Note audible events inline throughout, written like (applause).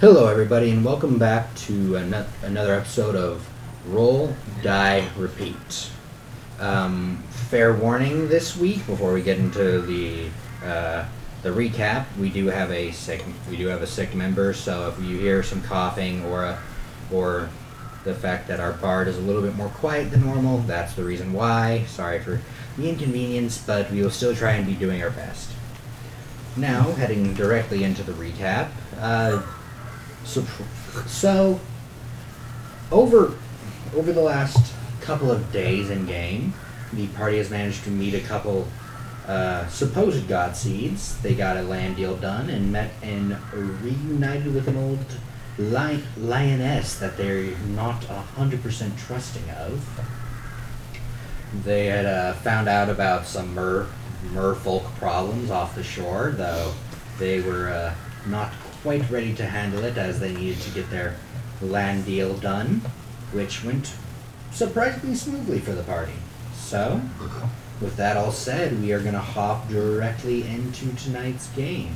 Hello, everybody, and welcome back to ano- another episode of Roll, Die, Repeat. Um, fair warning this week before we get into the uh, the recap, we do have a sick we do have a sick member. So if you hear some coughing or a, or the fact that our bard is a little bit more quiet than normal, that's the reason why. Sorry for the inconvenience, but we will still try and be doing our best. Now, heading directly into the recap. Uh, so, so over over the last couple of days in game, the party has managed to meet a couple uh, supposed god seeds. They got a land deal done and met and reunited with an old li- lioness that they're not hundred percent trusting of. They had uh, found out about some mer merfolk problems off the shore, though they were uh, not quite ready to handle it as they needed to get their land deal done, which went surprisingly smoothly for the party. So, with that all said, we are going to hop directly into tonight's game.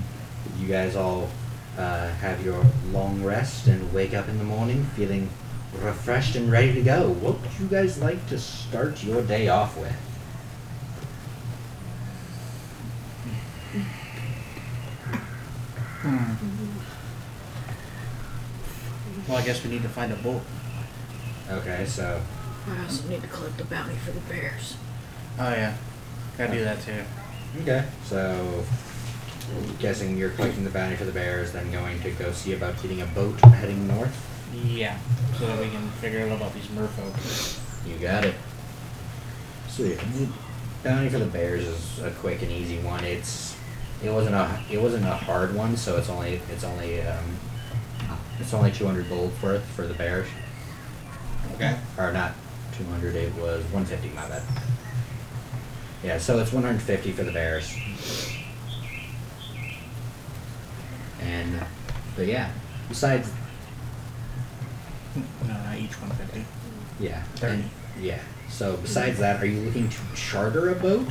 You guys all uh, have your long rest and wake up in the morning feeling refreshed and ready to go. What would you guys like to start your day off with? Well, I guess we need to find a boat. Okay, so I also need to collect the bounty for the bears. Oh yeah, gotta do that too. okay, so guessing you're collecting the bounty for the bears, then going to go see about getting a boat heading north. Yeah, so that we can figure out about these merfolk. You got it. So yeah, the bounty for the bears is a quick and easy one. It's it wasn't a it wasn't a hard one, so it's only it's only um, it's only two hundred gold worth for the bears. Okay. or not 200 it was 150 my bad yeah so it's 150 for the bears and but yeah besides (laughs) No, not each one fifty. yeah Thirty. and- yeah so besides that are you looking to charter a boat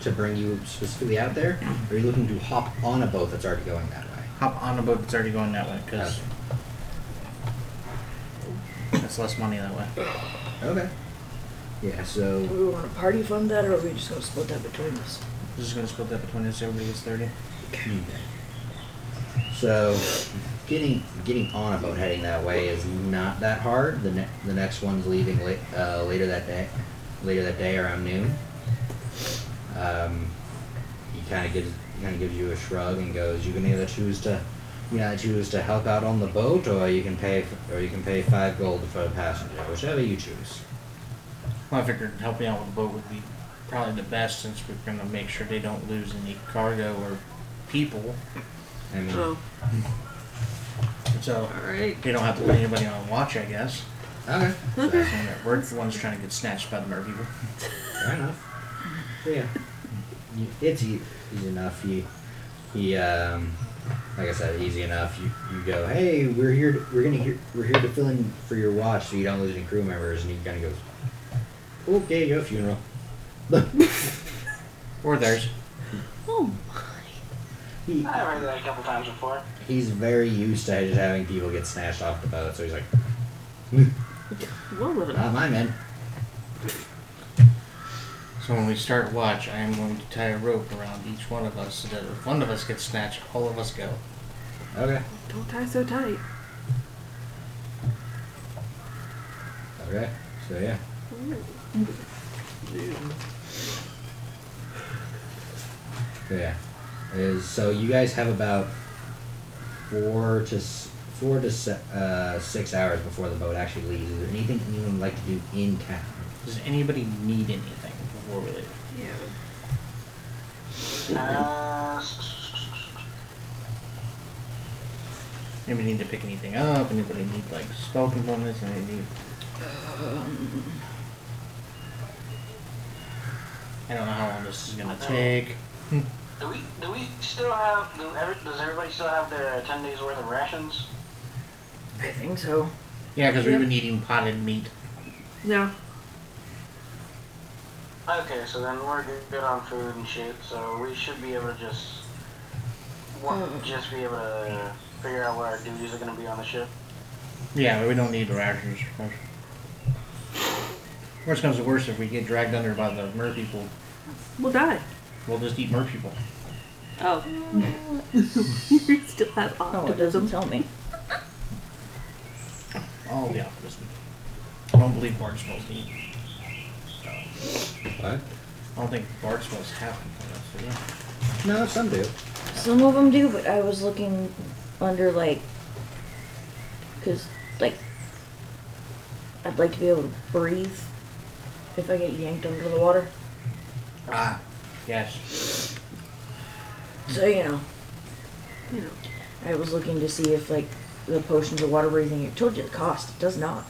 to bring you specifically out there or are you looking to hop on a boat that's already going that way Hop on a boat that's already going that way, cause Okay. that's less money that way. okay yeah Do so we want to party fund that, or are we just going to split that between us? We're just gonna split that between us. Everybody gets thirty. Hmm. So, getting getting on a boat heading that way is not that hard. The ne- the next one's leaving late, uh, later that day, later that day around noon. Um, he kind of gives kind of gives you a shrug and goes, "You can either choose to, you know, choose to help out on the boat, or you can pay f- or you can pay five gold for a passenger, whichever you choose." Well, I figured helping out with the boat would be probably the best since we're gonna make sure they don't lose any cargo or people, I mean, Oh, so alright. they don't have to put anybody on watch. I guess. okay, so, fair And that we're the ones trying to get snatched by the mer people. enough. So, yeah, You- it's e- easy enough. You he um, like I said, easy enough. You, you go, hey, we're here. To, we're gonna here. We're here to fill in for your watch, so you don't lose any crew members. And he kind of goes, okay, your funeral. Or theirs. Oh my. he, I've heard that a couple times before. he's very used to just having people get snatched off the boat, so he's like, "Hmm, What would it? not my men. So when we start watch, I am going to tie a rope around each one of us so that if one of us gets snatched, all of us go. Okay, Don't tie so tight. okay. So yeah, so yeah. Is so you guys have about four to s- four to se- uh, six hours before the boat actually leaves. Is there anything anyone would like to do in town? Does anybody need anything before we leave? Yeah. Uh, Anybody need to pick anything up? Anybody need like spell components? Anybody need? um, I don't know how long this is gonna take. do we do we still have do every, does everybody still have their ten days worth of rations? I think so. Yeah, because we've Yep. been eating potted meat. Yeah. Okay, so then we're good on food and shit, so we should be able to just Mm. What? Just be able to figure out what our duties are going to be on the ship. Yeah, but we don't need the rations. Worst comes to worst, if we get dragged under by the mer people, We'll die. we'll just eat mer people. Oh, you still have no, it doesn't optimism. tell me. All the optimism. Oh, I don't believe Bart smells meat. What? I don't think Bart smells half of it, so No, some do. Some of them do, but I was looking under like, cause like, I'd like to be able to breathe if I get yanked under the water. yeah. Ah, yes. So you know, You know, I was looking to see if like the potions of water breathing. It told you the cost. It does not.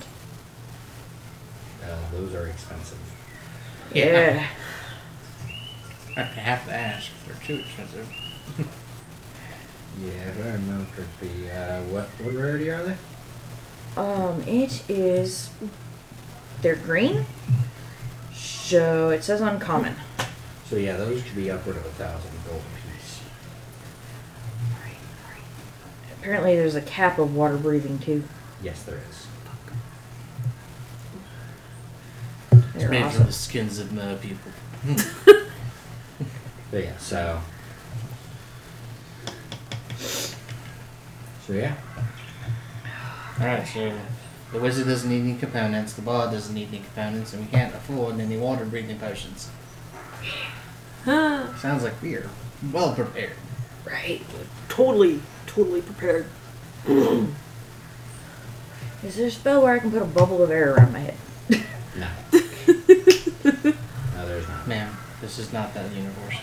Uh, those are expensive. Yeah. I have to ask. They're too expensive. Yeah, if I remember correctly, uh, what what rarity are they? Um, it is. They're green. So it says uncommon. So yeah, those should be upward of a thousand gold apiece. Apparently, there's a cap of water breathing too. Yes, there is. They're made awesome. from the skins of mer people. But yeah, so. So yeah, Alright, so the wizard doesn't need any components, the bard doesn't need any components, and we can't afford any water breathing potions. (gasps) huh, Sounds like we're well prepared. Right. totally, totally prepared. Is there a spell where I can put a bubble of air around my head? no. no, there's not. Ma'am, this is not that universe.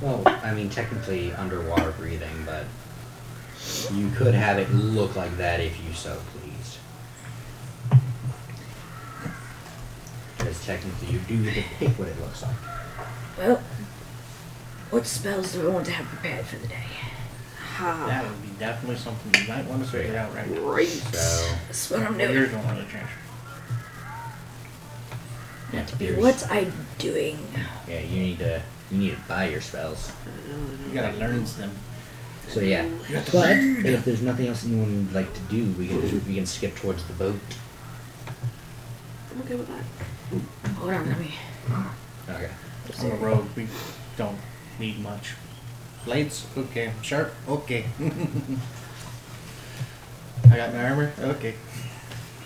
Well, I mean, technically underwater breathing, but you could have it look like that if you so pleased. Because technically, you do get to pick what it looks like. Well, what spells do I want to have prepared for the day? Ha. That would be definitely something you might want to figure out right now. Right. So, That's what I'm But doing. Yours don't want to change. yeah, there's- What's I doing? yeah, you need to you need to buy your spells. You gotta learn them. So yeah, You have to but read. if there's nothing else anyone would like to do, we can just, we can skip towards the boat. I'm okay with that. Hold on, let me. Okay. On the road, we don't need much. Blades? Okay. Sharp? Okay. (laughs) I got my armor? Okay.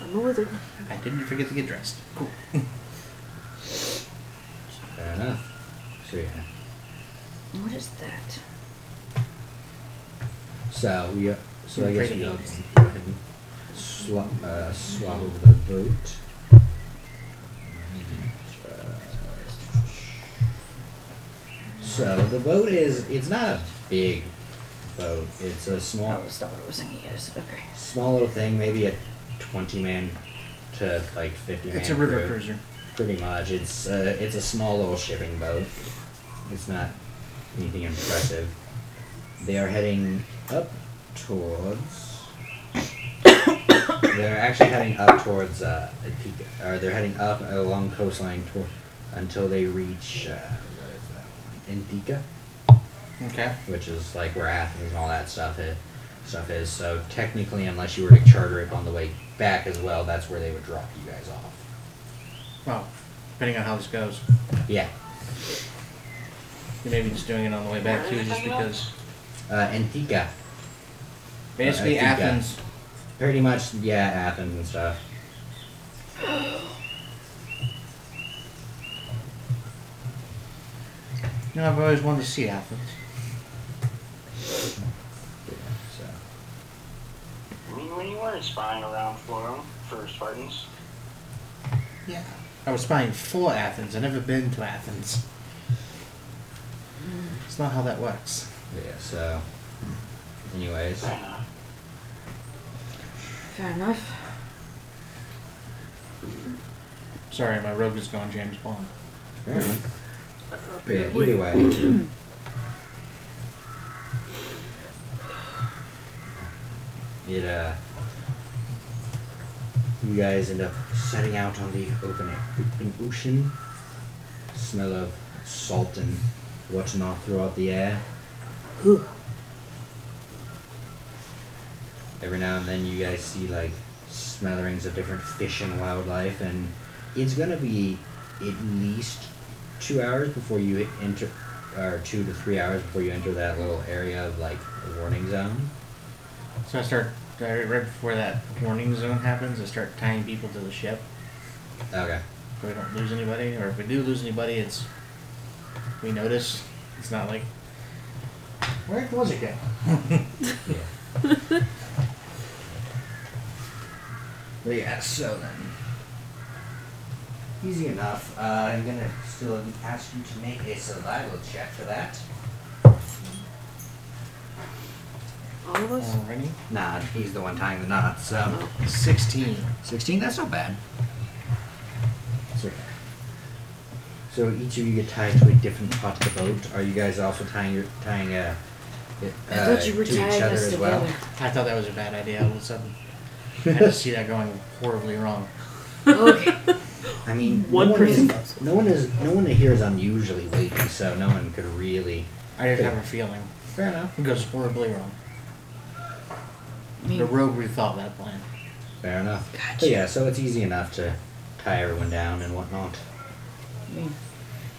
I'm a wizard. I didn't forget to get dressed. Cool. Fair enough. So yeah. What is that? So we, uh, so I guess we Pretty. can go ahead and swap, uh, swap over the boat. So the boat is it's not a big boat. It's a small Oh, it's not what I was thinking. Yes. Okay. small little thing, maybe a twenty man to like fifty man. It's a river crew. cruiser. Pretty much. It's uh, it's a small little shipping boat. It's not anything impressive. They are heading up towards. they're actually heading up towards uh, Ipica, or they're heading up along coastline toward, until they reach uh, what is that one? Indica, Okay. which is like where Athens and all that stuff is. Stuff is so technically, unless you were to charter it on the way back as well, that's where they would drop you guys off. Well, depending on how this goes. Yeah, You may be just doing it on the way back too, just because. uh, Antica. Basically, I think, uh, Athens. Pretty much, yeah, Athens and stuff. You know, I've always wanted to see Athens. Yeah, so. I mean, when you weren't spying around Florum for Spartans, Yeah. I was spying for Athens. I've never been to Athens. It's not how that works. Yeah, so. Anyways, fair enough. Fair enough. Sorry, my rogue is gone, James Bond. apparently. But yeah, Wait. either way. It, uh. You guys end up setting out on the open, open ocean. Smell of salt and watching off throughout the air. Whew. Every now and then, you guys see like smatterings of different fish and wildlife, and it's gonna be at least two hours before you enter, or two to three hours before you enter that little area of like a warning zone. So I start I- right before that warning zone happens. I start tying people to the ship, Okay. so we don't lose anybody. Or if we do lose anybody, it's we notice. It's not like where was (laughs) it going? Yeah. but yeah, so then. Easy enough. Uh, I'm gonna still ask you to make a survival check for that. All of us? Alrighty, Nah, he's the one tying the knot, so. sixteen. 16, that's not bad. It's okay. So each of you get tied to a different part of the boat. Are you guys also tying your tying uh, I uh, thought you were to each tying other us as together. well? I thought that was a bad idea all of a sudden. I just see that going horribly wrong. (laughs) Okay. I mean, One no one, person is, no one is no one here is unusually weighty, so no one could really. I just have a feeling Fair enough. it goes horribly wrong. I mean, The rogue rethought that plan. Fair enough. Gotcha. But yeah, so it's easy enough to tie everyone down and whatnot. I mean,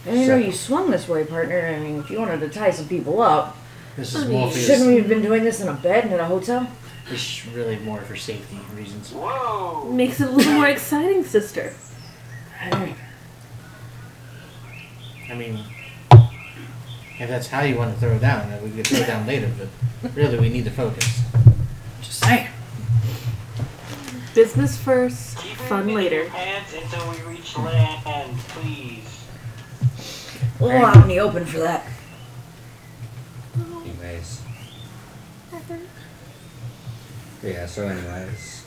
I didn't know you swung this way, partner. I mean, if you wanted to tie some people up, This is I more mean, for shouldn't this we have been doing this in a bed and in a hotel? is really more for safety reasons. Whoa! Makes it a little more exciting, sister. I mean, if that's how you want to throw it down, then we could throw it down later. But really, we need to focus. Just saying. Business first, Keep it fun in later. your pants until we reach land, please. A little out in the open for that. Anyways. Yeah, so anyways.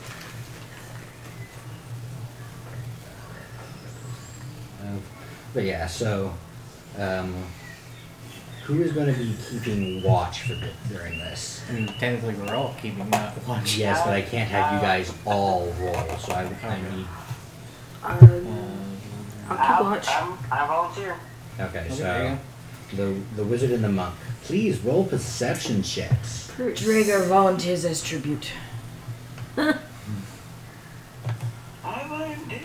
Um, but yeah, so um, who is going to be keeping watch for th- during this? I mean, technically, we're all keeping that watch. Yes, but I can't have you guys all roll, so I, I need. Um, Um, I'll keep watch. I'm, I volunteer. Okay, okay, there you so the the wizard and the monk. Please roll perception checks. Purse. Drager volunteers as tribute. I volunteer.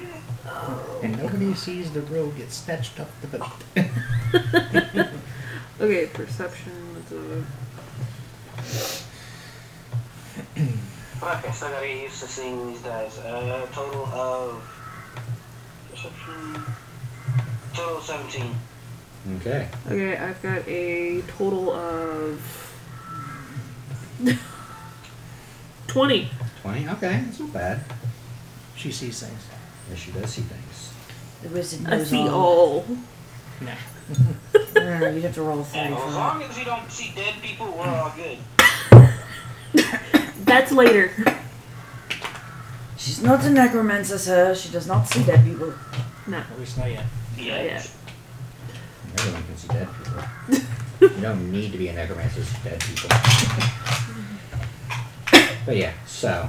go. And nobody sees the rogue get snatched up the boat. Okay, perception. With the... Fuck, I still gotta get used to seeing these guys. Uh, total of. Perception. Total of 17. Okay. Okay, I've got a total of 20. Twenty. Okay, that's not bad. (laughs) she sees things. Yes, she does see things. The wizard I knows see all. No. No, no, you'd have to roll three And for as that. long as you don't see dead people, we're all good. That's later. She's not a necromancer, sir. She does not see dead people. No. At least not yet. Yeah. Everyone can see dead people. you don't need to be a necromancer to see dead people. but yeah, so.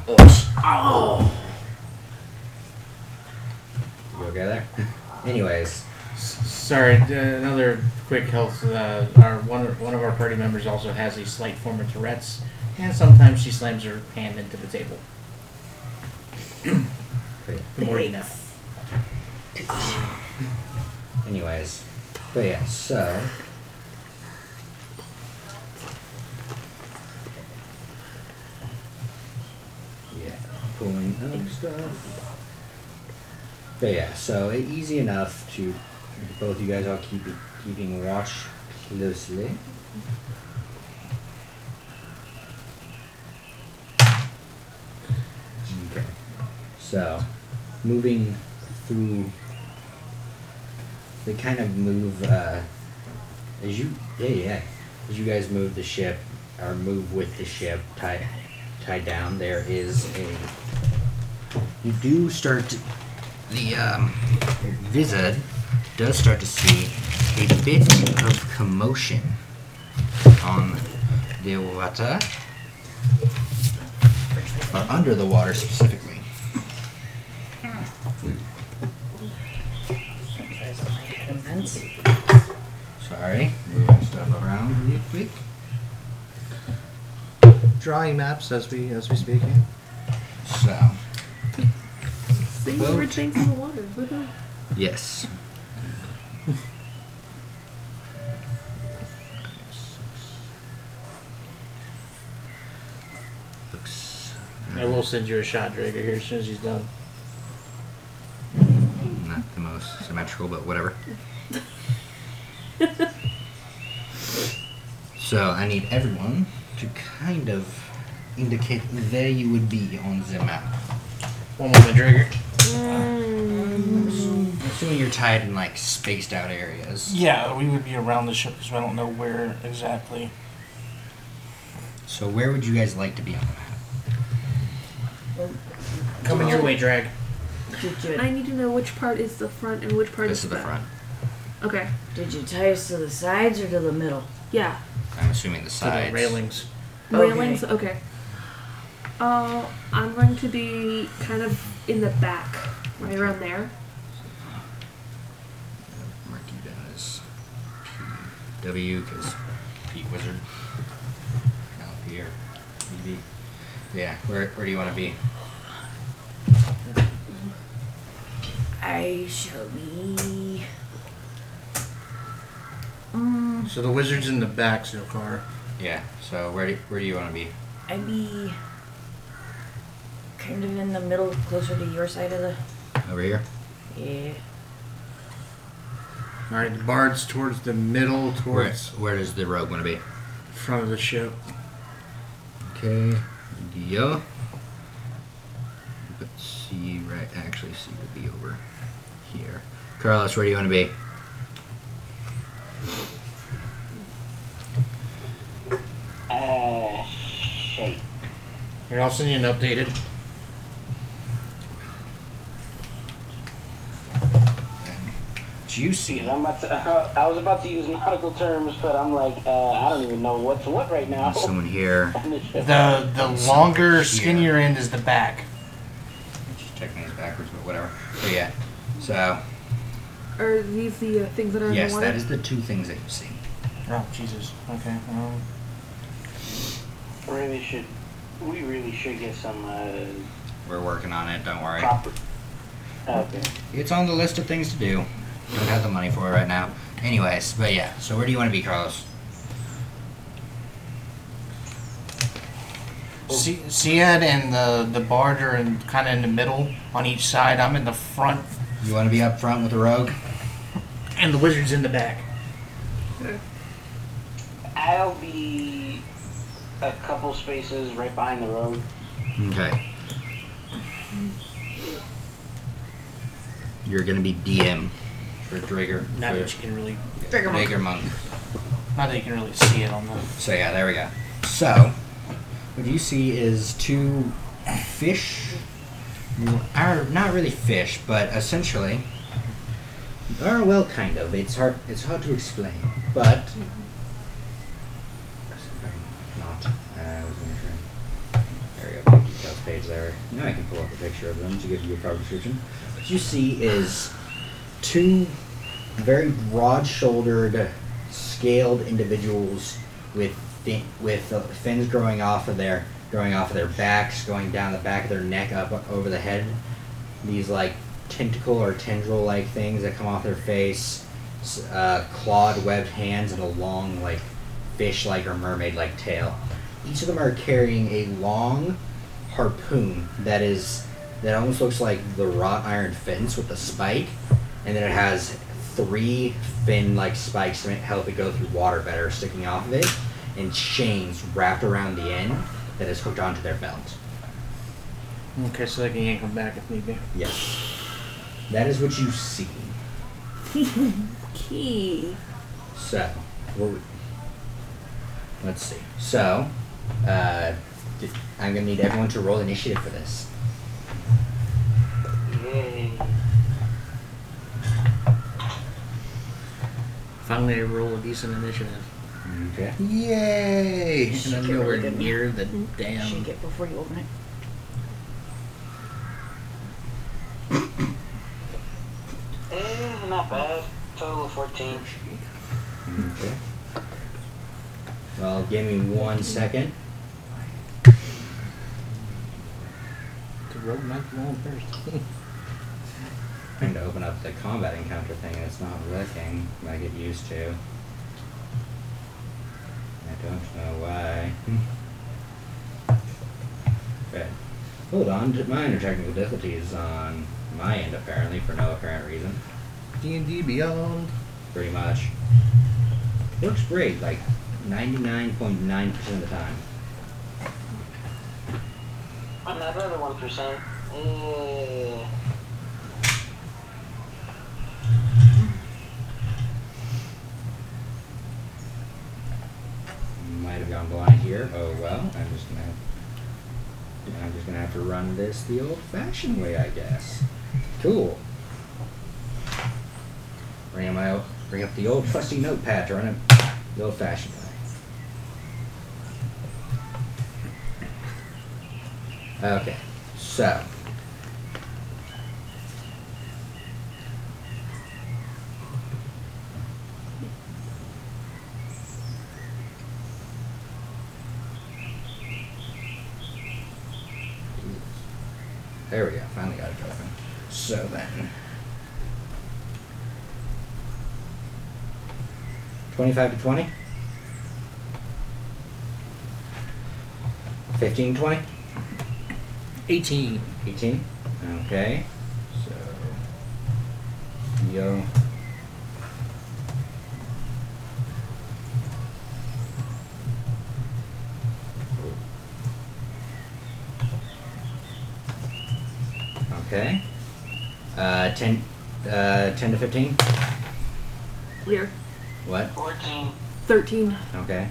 You okay there? (laughs) Anyways, S- Sorry, uh, another quick health. Uh, our one, one of our party members also has a slight form of Tourette's, and sometimes she slams her hand into the table. but yeah. The more you know. Anyways, but yeah, so. Yeah, pulling up stuff. But yeah, so e- easy enough to both you guys are keeping keeping watch closely. Okay, so moving through they kind of move uh, as you yeah yeah as you guys move the ship or move with the ship tied tied down there is a you do start to, the um, wizard does start to see a bit of commotion on the water or under the water specifically That's sorry moving I'm around real quick. Drawing maps as we as we speak. here. So, See weird things in the water. Woohoo. yes. Looks I will send you a shot, Drager, here as soon as he's done. uh, not the most symmetrical, but (laughs) whatever. so I need everyone to kind of indicate where you would be on the map. One moment, Drager. Mm. Assuming you're tied in like spaced out areas. Yeah, we would be around the ship because I don't know where exactly. So where would you guys like to be on the map? Coming your way, Drag. Did you, I need to know which part is the front and which part This is the back. front. Okay. did you tie us to the sides or to the middle? Yeah. I'm assuming the To the sides. railings. Oh, Okay. Railings. Okay. Uh, I'm going to be kind of in the back, right around there. Mark you down as PW because Pete Wizard. Now Pierre. PB. Yeah. Where Where do you want to be? I shall be. Um, So the wizard's in the back, so car. Yeah. So where do, Where do you want to be? I'd be kind of in the middle, closer to your side of the. Over here. Yeah. All right, the bard's towards the middle, Where Where does the rogue want to be? front of the ship. Okay. Yo. But C right actually C would be over here. Carlos, where do you want to be? Uh, shit. Here, I'll send you an updated. Juicy. I'm about to, (laughs) I was about to use nautical terms, but I'm like, uh, I don't even know what's what right now. Someone here. On (laughs) this ship. The the Something longer, here. skinnier end is the back. Just checking these backwards, but whatever. But yeah. So Are these the uh, things that are in yes, the water? that is the two things that you see. Oh Jesus. Okay. Um, really should, we really should get some uh, We're working on it. Don't worry. proper. Okay. It's on the list of things to do. Don't have the money for it right now. Anyways, but yeah. So where do you want to be, Carlos? C- Siad and the the bard are in kind of in the middle on each side. I'm in the front. You want to be up front with the rogue? And the wizard's in the back. I'll be a couple spaces right behind the road. Okay. You're gonna be DM for Drager. Not for that you can really. Drager Monk. Not that you can really see it on the. So yeah, there we go. So what you see is two fish. Are not really fish, but essentially. Or well, kind of. It's hard. It's hard to explain, but. Not. Uh, I was in There we go. Details page there. Now I can pull up a picture of them to give you a proper description. What you see is two very broad-shouldered, scaled individuals with fin- with uh, fins growing off of their growing off of their backs, going down the back of their neck, up over the head. These like tentacle or tendril-like things that come off their face, s- uh, clawed, webbed hands, and a long like fish-like or mermaid-like tail. Each of them are carrying a long harpoon that is that almost looks like the wrought iron fence with the spike, and then it has three fin-like spikes to make- help it go through water better, sticking off of it, and chains wrapped around the end that is hooked onto their belt. Okay, so they can yank him back if need be. Yes, that is what you see. Key. So, what we- let's see. So, uh, d- I'm gonna need everyone to roll initiative for this. Yay. Finally, I roll a decent initiative. Okay. Yay! And I'm Get Mm-hmm. nowhere really good. near the damn. Shake it before you open it. Eh, not bad. Total of 14. Okay. Well, give me one second. The rogue might be on (laughs) first. Trying to open up the combat encounter thing and it's not working. I get used to. I don't know why. Okay. Hold on to minor technical difficulties on my end apparently for no apparent reason. D and D Beyond. Pretty much. Works great, like ninety nine point nine percent of the time. Another one percent. Uh, Might have gone blind here. Oh well, I'm just gonna have, I'm just gonna have to run this the old-fashioned way, I guess. Cool. Bring up my o- bring up the old fussy notepad to run it the old-fashioned way. Okay, so. There we go. Finally got it open. So then. 25 to 20. 15 to 20. 18. 18. Okay. So. Yo. Okay. Uh, 10, uh, 10 to 15? Weird. What? 14. 13. Okay.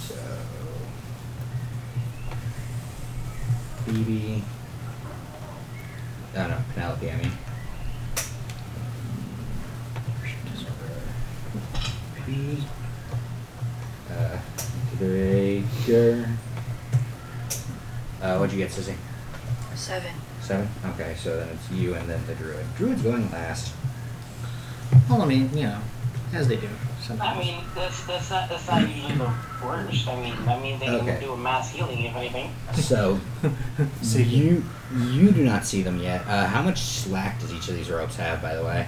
So. Phoebe. Oh no, Penelope, I mean. P. Uh, Draker. Uh, what'd you get, Sissy? Seven. Seven? Okay, so then it's you and then the druid. Druid's going last. Well, I mean, you know, as they do I sometimes. mean, that's that's not that's not usually the worst. I mean, I mean they Okay. can do a mass healing if anything. So, (laughs) so Mm-hmm. you you do not see them yet. Uh, how much slack does each of these ropes have, by the way?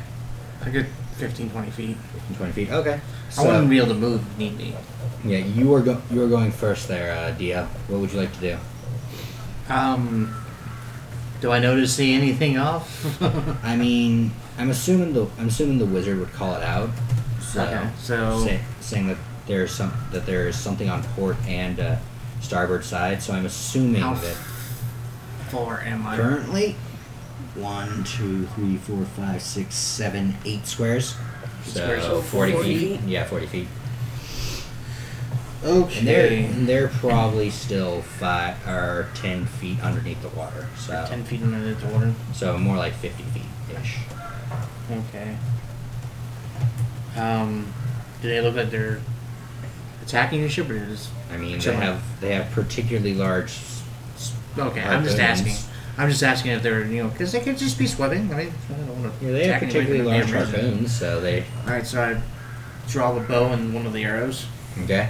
I get 15, 20 feet. 15, 20 feet. Okay. I wouldn't So, be able to move if need be. yeah, you are go- you are going first there, uh, Dio. What would you like to do? Um, do I notice see anything (laughs) off? I mean, I'm assuming the I'm assuming the wizard would call it out. So, Okay, so- say, saying that there's some that there is something on port and uh, starboard side. So I'm assuming How that Four am I? currently one, two, three, four, five, six, seven, eight squares. So Squares, so 40, 40 feet. feet. Yeah, 40 feet. Okay. And they're and they're probably still five or 10 feet underneath the water. So Ten feet under the water. so more like 50 feet ish. Okay. Um, do they look like they're attacking the ship or they're just I mean, they Chilling. have they have particularly large. s- s- okay? I'm just harpoons. asking. I'm just asking if they're you know because they could just be swimming. I mean, I don't want to. Yeah, they have particularly large harpoons, so they All right, so I draw the bow and one of the arrows. okay.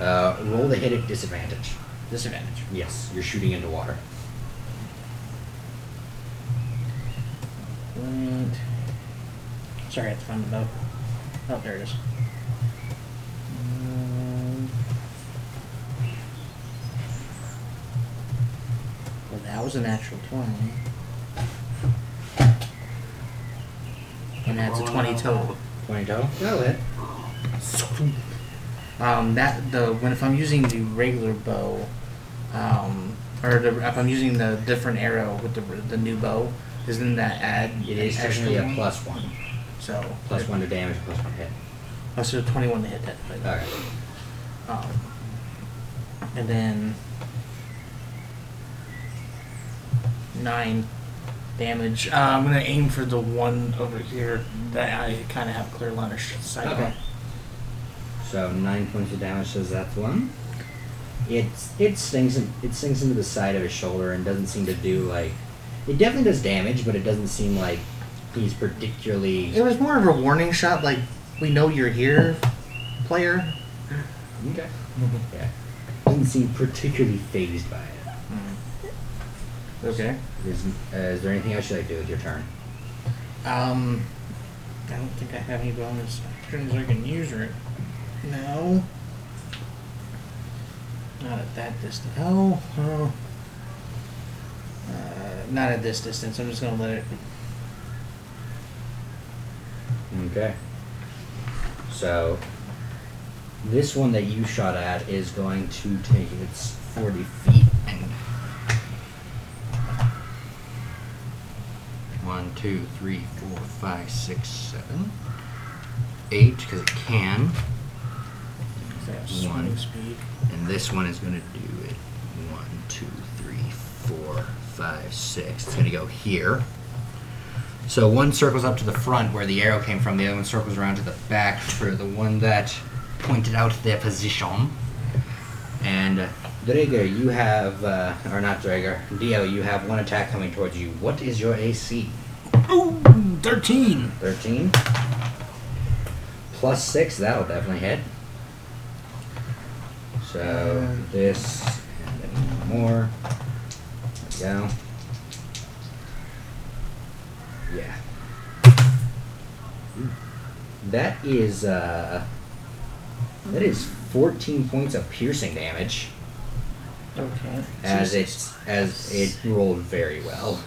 Uh, roll the hit at disadvantage. Disadvantage. Yes, you're shooting into water. Right. Sorry, I have to find the bow. Oh, there it is. Um, Well, that was a natural 20. And that's a 20 total. Twenty total. That'll hit. Um, that the when if I'm using the regular bow, um, or the, if I'm using the different arrow with the the new bow, isn't that add It an is extra technically a one? plus one, So plus one to damage, plus one hit. Oh, so 21 to hit that. But, All right. Um, and then nine damage. Uh, I'm gonna aim for the one over here that I kind of have a clear line of sh- sight Okay. on. So nine points of damage says that's one. It's it sinks in, it sinks into the side of his shoulder and doesn't seem to do like it definitely does damage, but it doesn't seem like he's particularly It was more of a warning shot, like we know you're here. player. Okay. Yeah. Doesn't seem particularly phased by it. Okay. Is, uh, is there anything else you like to do with your turn? Um, I don't think I have any bonus actions I can use right. No. Not at that distance. Oh, oh. Uh, not at this distance. I'm just gonna let it. Okay. So this one that you shot at is going to take its 40 feet. One, two, three, four, five, six, seven, eight, because it can. One. speed. And this one is going to do it. One, two, three, four, five, six. It's going to go here. So one circles up to the front where the arrow came from. The other one circles around to the back for the one that pointed out their position. And uh, Draeger, you have, uh, or not Draeger, Dio, you have one attack coming towards you. What is your AC? Oh, 13. 13. Plus 6, that'll definitely hit. So this and then one more. There we go. Yeah. That is uh that is 14 points of piercing damage Okay. as it's as it rolled very well.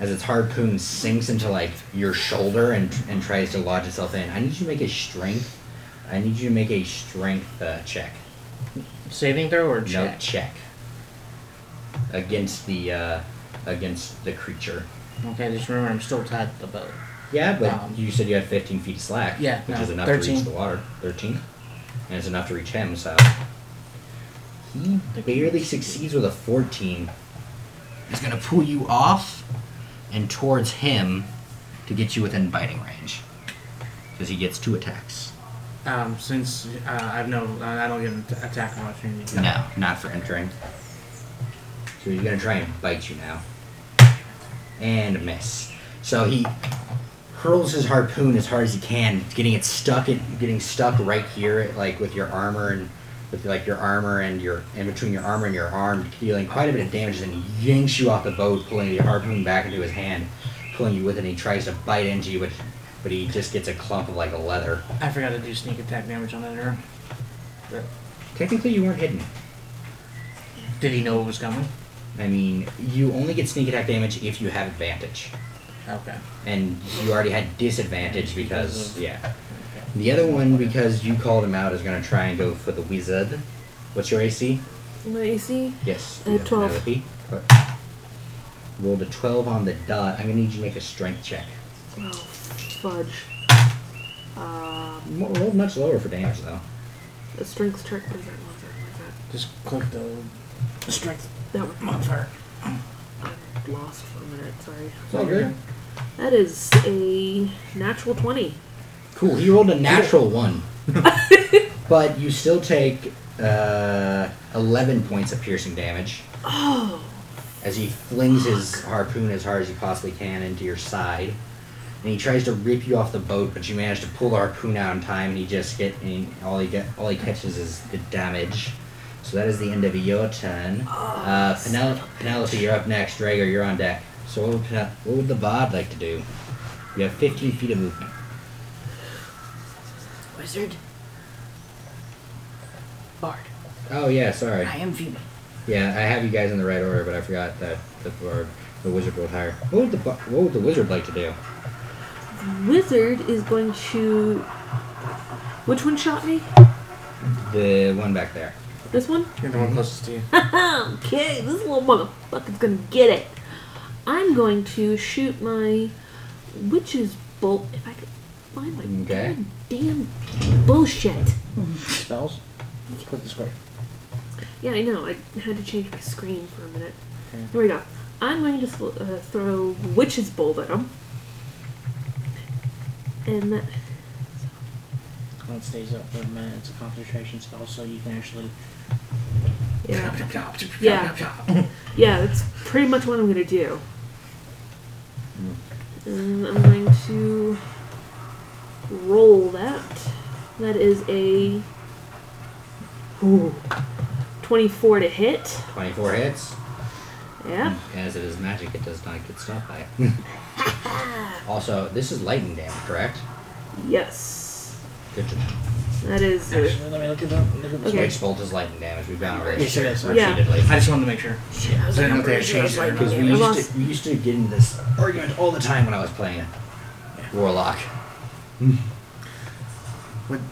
As its harpoon sinks into like your shoulder and and tries to lodge itself in. I need you to make a strength. I need you to make a strength uh, check. Saving throw or No check? check. Against the uh, against the creature. Okay, just remember I'm still tied to the boat. Yeah, but Um, you said you had 15 feet of slack. Yeah, which no, is enough to 13. reach the water. 13, and it's enough to reach him. So he barely succeeds with a 14. He's gonna pull you off and towards him to get you within biting range, because he gets two attacks. Um, since uh, I've no, I don't get an att- attack of opportunity. No, not for entering. So he's gonna try and bite you now. And miss. So he hurls his harpoon as hard as he can, getting it stuck in, getting stuck right here, like with your armor and with like your armor and your in between your armor and your arm, dealing quite a bit of damage, and he yanks you off the boat, pulling the harpoon back into his hand, pulling you with it, and he tries to bite into you, but but he just gets a clump of like a leather. I forgot to do sneak attack damage on that arrow. But Technically you weren't hidden. did he know it was coming? I mean, you only get sneak attack damage if you have advantage. Okay. And you already had disadvantage because, yeah. The other one, because you called him out, is going to try and go for the wizard. What's your AC? My AC? Yes. Uh, you have 12. Penelope. Rolled a 12 on the dot. I'm going to need you to make a strength check. Oh, fudge. Uh, Mo- Rolled much lower for damage, though. a strength check. Where's that? Where's that? Where's Just click the strength that? That one. modifier. I'm lost for a minute. Sorry. all good. That is a natural 20. Cool. He rolled a natural one. but you still take uh, 11 points of piercing damage. Oh, as he flings his harpoon as hard as he possibly can into your side. And he tries to rip you off the boat, but you manage to pull the harpoon out in time, and he just get and all he get all he catches is the damage. So that is the end of your turn. Uh, Penel- Penelope, you're up next. Drager, you're on deck. So what would, Penel- what would the bard like to do? You have 15 feet of movement. Wizard. Bard. Oh yeah, sorry. I am female. Yeah, I have you guys in the right order, but I forgot that the bard, the wizard rolled higher. What would the bar- what would the wizard like to do? wizard is going to. Which one shot me? The one back there. This one? You're the one closest to you. okay, this little motherfucker's gonna get it. I'm going to shoot my witch's bolt if I could find my Okay. damn bullshit. Spells? Click the square. Yeah, I know. I had to change my screen for a minute. Here we go. I'm going to sl- uh, throw Witch's Bolt at him. And that, When it stays up for a minute, it's a concentration spell, so you can actually. yeah, yeah. (laughs) yeah, that's pretty much what I'm going to do. And I'm going to roll that. That is a ooh, 24 to hit. 24 hits. Yeah. As it is magic, it does not get stopped by. (laughs) also, this is lightning damage, correct? Yes. Good to know. That is a Actually, let me look at that. Look at this. Okay. Switch bolt is lightning damage. We've been already Yes, it is. Yeah. repeatedly. I just wanted to make sure. Shit, I was I didn't know like, if they had changed it or not. Because we, I used lost- to- we used to get into this argument all the time when I was playing Warlock. okay,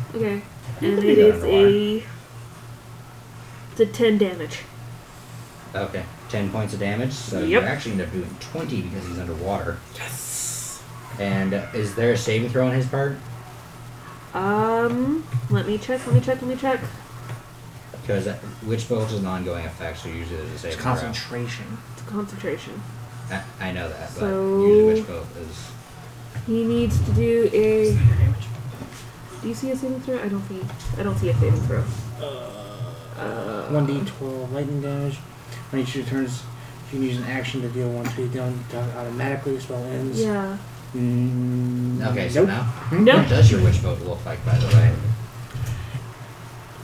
You can and do it that is underwater. a it's a 10 damage. Okay, 10 points of damage, so Yep. you actually end up doing 20 because he's underwater. Yes! And uh, is there a saving throw on his part? Um, let me check. Let me check. Let me check. Because Witch Bolt is an ongoing effect, so usually there's a It's saving throw. concentration. It's concentration. I, I know that, but So- usually Witch Bolt is. He needs to do a. Do you see a saving throw? I don't see. I don't see a saving throw. Uh, One d twelve lightning damage. When each of your turns, you can use an action to deal one two down automatically. Spell ends. Yeah. Mm, Okay, so nope. now, Nope. what does your Witch Bolt look like, by the way?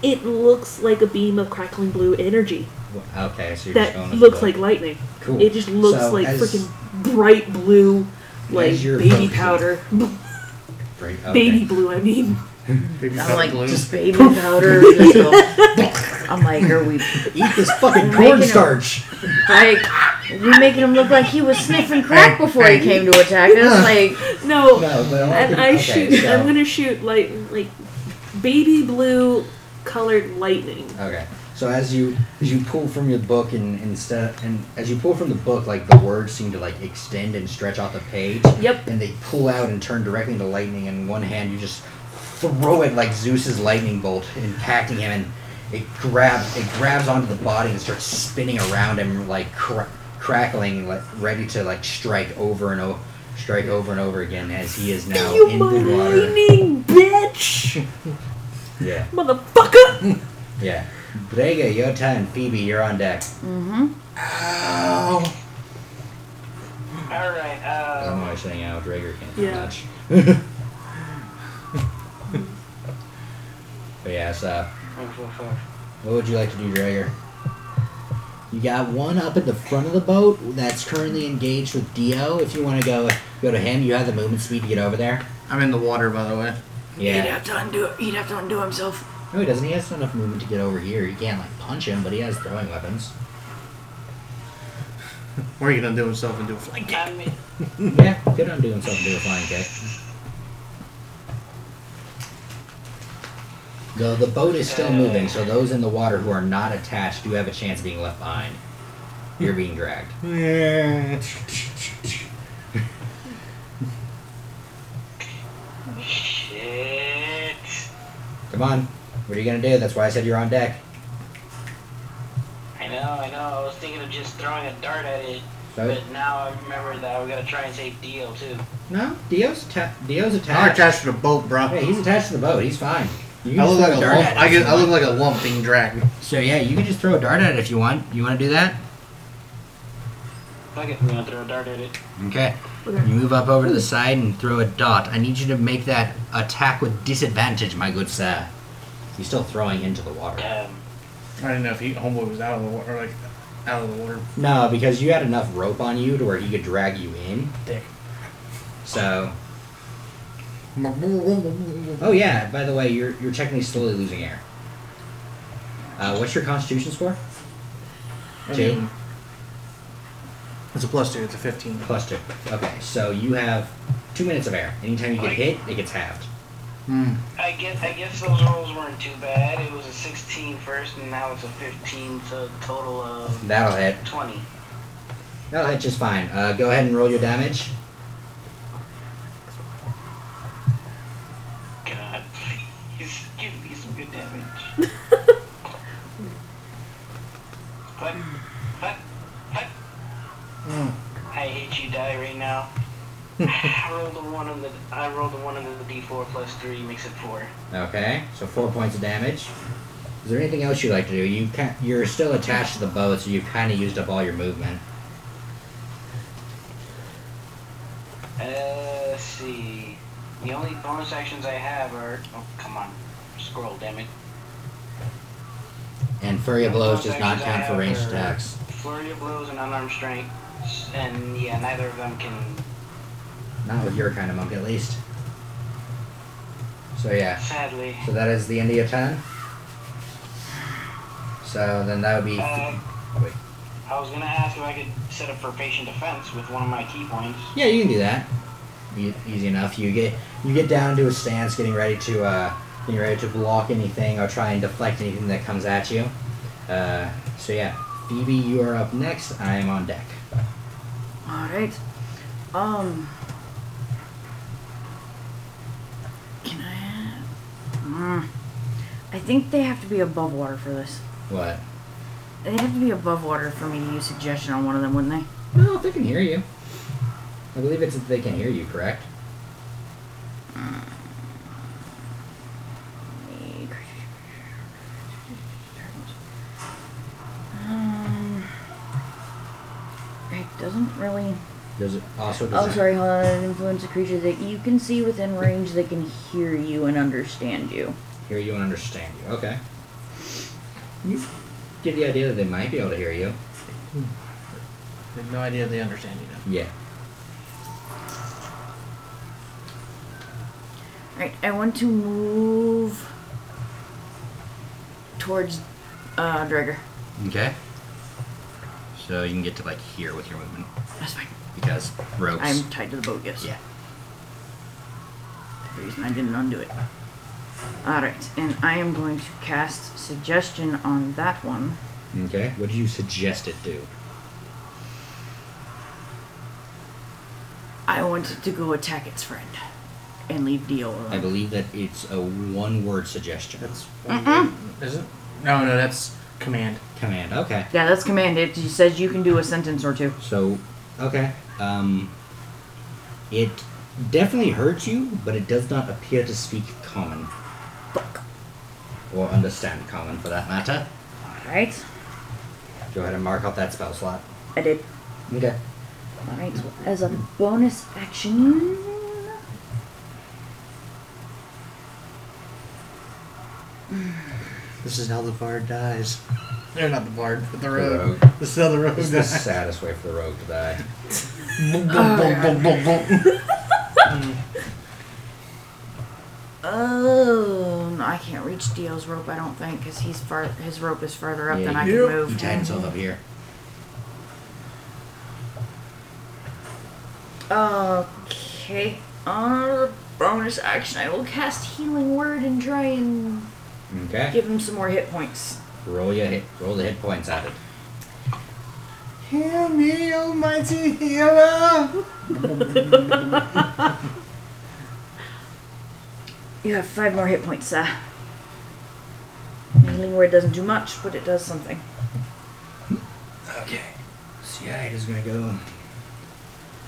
It looks like a beam of crackling blue energy Wh- Okay, so you're just going that with looks the- like lightning. Cool. It just looks So like as- freaking bright blue, like as you're baby focusing- powder. Right, okay. Baby blue, I mean. (laughs) I'm like just baby powder. just go, (laughs) I'm like, are we Eat this fucking (laughs) Making cornstarch! like we making him look like he was sniffing crack before he came to attack us? Like No, No, but I'm and thinking- I okay, shoot. so- I'm gonna shoot like like baby blue colored lightning. Okay. So as you as you pull from your book and instead and as you pull from the book, like the words seem to like extend and stretch out the page. Yep. And they pull out and turn directly into lightning. And in one hand, you just throw it like Zeus's lightning bolt, impacting him, and it grabs it grabs onto the body and starts spinning around him like cra- crackling, like ready to like strike over and over, strike over and over again as he is now You in the water. (laughs) lightning bitch, Yeah. Hmm. motherfucker! Yeah. Brega, your turn. Phoebe, you're on deck. Alright, I don't know uh, why I was saying out Drager can't do Yeah. much. but yeah, so one, four, five. what would you like to do, Drager? You got one up at the front of the boat that's currently engaged with Dio. If you want to go go to him, you have the movement speed to get over there. I'm in the water, by the way. he'd Yeah. have to undo he'd have to undo himself. No, he doesn't. He has enough movement to get over here. You can't like punch him, but he has throwing weapons. Or he can undo himself and do a flank kick. I mean, yeah, could undo himself and do a flying kick. The, the boat is still moving, so those in the water who are not attached do have a chance of being left behind. You're being dragged. Yeah. shit. Come on. What are you gonna do? That's why I said you're on deck. I know, I know. I was thinking of just throwing a dart at it, So but now I remember that we gotta try and save Dio too. no, Dio's atta- Dio's I'm attached. attached to the boat, bro. Hey, he's attached to the boat. He's fine. You I just look throw like a dart lump. at it I, if get, you I look want. like a lump being dragged. So yeah, you can just throw a dart at it if you want. You want to do that? Fuck it, we're gonna throw a dart at it. Okay. Okay. You move up over to the side and throw a dot. I need you to make that attack with disadvantage, my good sir. He's still throwing into the water. Um, I didn't know if he homeboy was out of the water, like out of the water. No, because you had enough rope on you to where he could drag you in. Dick. So. Oh yeah. By the way, you're you're technically slowly losing air. Uh, what's your Constitution score? Two It's a plus two. It's a fifteen. plus two. Okay, so you have two minutes of air. Anytime you get hit, it gets halved. Mm. I guess I guess those rolls weren't too bad. It was a 16 first, and now it's a 15, so a total of That'll hit. 20. That'll hit just fine. Uh, go ahead and roll your damage. God, (laughs) please give me some good damage. what? What? What? I hate you, die right now. (sighs) I rolled a one on the I rolled a one on the D4 plus three makes it four. Okay, so four points of damage. Is there anything else you'd like to do? You ca you're still attached to the boat, so you've kind of used up all your movement. Uh, let's see. The only bonus actions I have are. Oh, come on. Scroll, damn it. And Flurry of Blows does Bonus not actions I count for have ranged are attacks. Flurry of blows and unarmed strength. And yeah, neither of them can. Not with your kind of monk, at least. So yeah. Sadly. So that is the end of your turn. So then that would be. Uh, wait. I was gonna ask if I could set up for patient defense with one of my key points. Yeah, you can do that. E- easy enough. You get you get down to a stance, getting ready to uh, getting ready to block anything or try and deflect anything that comes at you. Uh, so yeah, Phoebe, you are up next. I am on deck. All right. Um. Can I? Have, Mm. I think they have to be above water for this. What? They have to be above water for me to use suggestion on one of them, wouldn't they? No, they can hear you. I believe it's that they can hear you. Correct. Um, it doesn't really. Does it also? Does Oh, sorry. Hold on. Influence a creature that you can see within range that can hear you and understand you. Hear you and understand you. Okay. You get the idea that they might be able to hear you. I have no idea they understand you now. Yeah. Right. I want to move towards uh, Drager. Okay. So you can get to like here with your movement That's fine. because ropes. I'm tied to the boat. Yes. Yeah. The reason I didn't undo it. All right, and I am going to cast suggestion on that one. Okay. What do you suggest it do? I want it to go attack its friend and leave Dio alone. I believe that it's a one-word suggestion. That's one is it? No, no, that's command. Command. Okay. Yeah, that's commanded. He says you can do a sentence or two. So, okay. Um, it definitely hurts you, but it does not appear to speak common Fuck. or understand common for that matter. All right, Go ahead and mark out that spell slot. I did. Okay. All right, as a bonus action. This is how the bard dies. They're not the bard, but the rogue. rogue. This is how the rogue This is (laughs) the dies. saddest way for the rogue to die. (laughs) Boom, boom, boom, boom, boom, boom. Oh, no, I can't reach Dio's rope. I don't think, cause he's far. His rope is further up Yeah, than I you- can He move. tied himself up here. Okay. Uh, bonus action. I will cast healing word and try and Okay. give him some more hit points. Roll your hit. Roll the hit points at it. Hear me, almighty healer! You have five more hit points, sir. Healing word doesn't do much, but it does something. Okay. CI is gonna go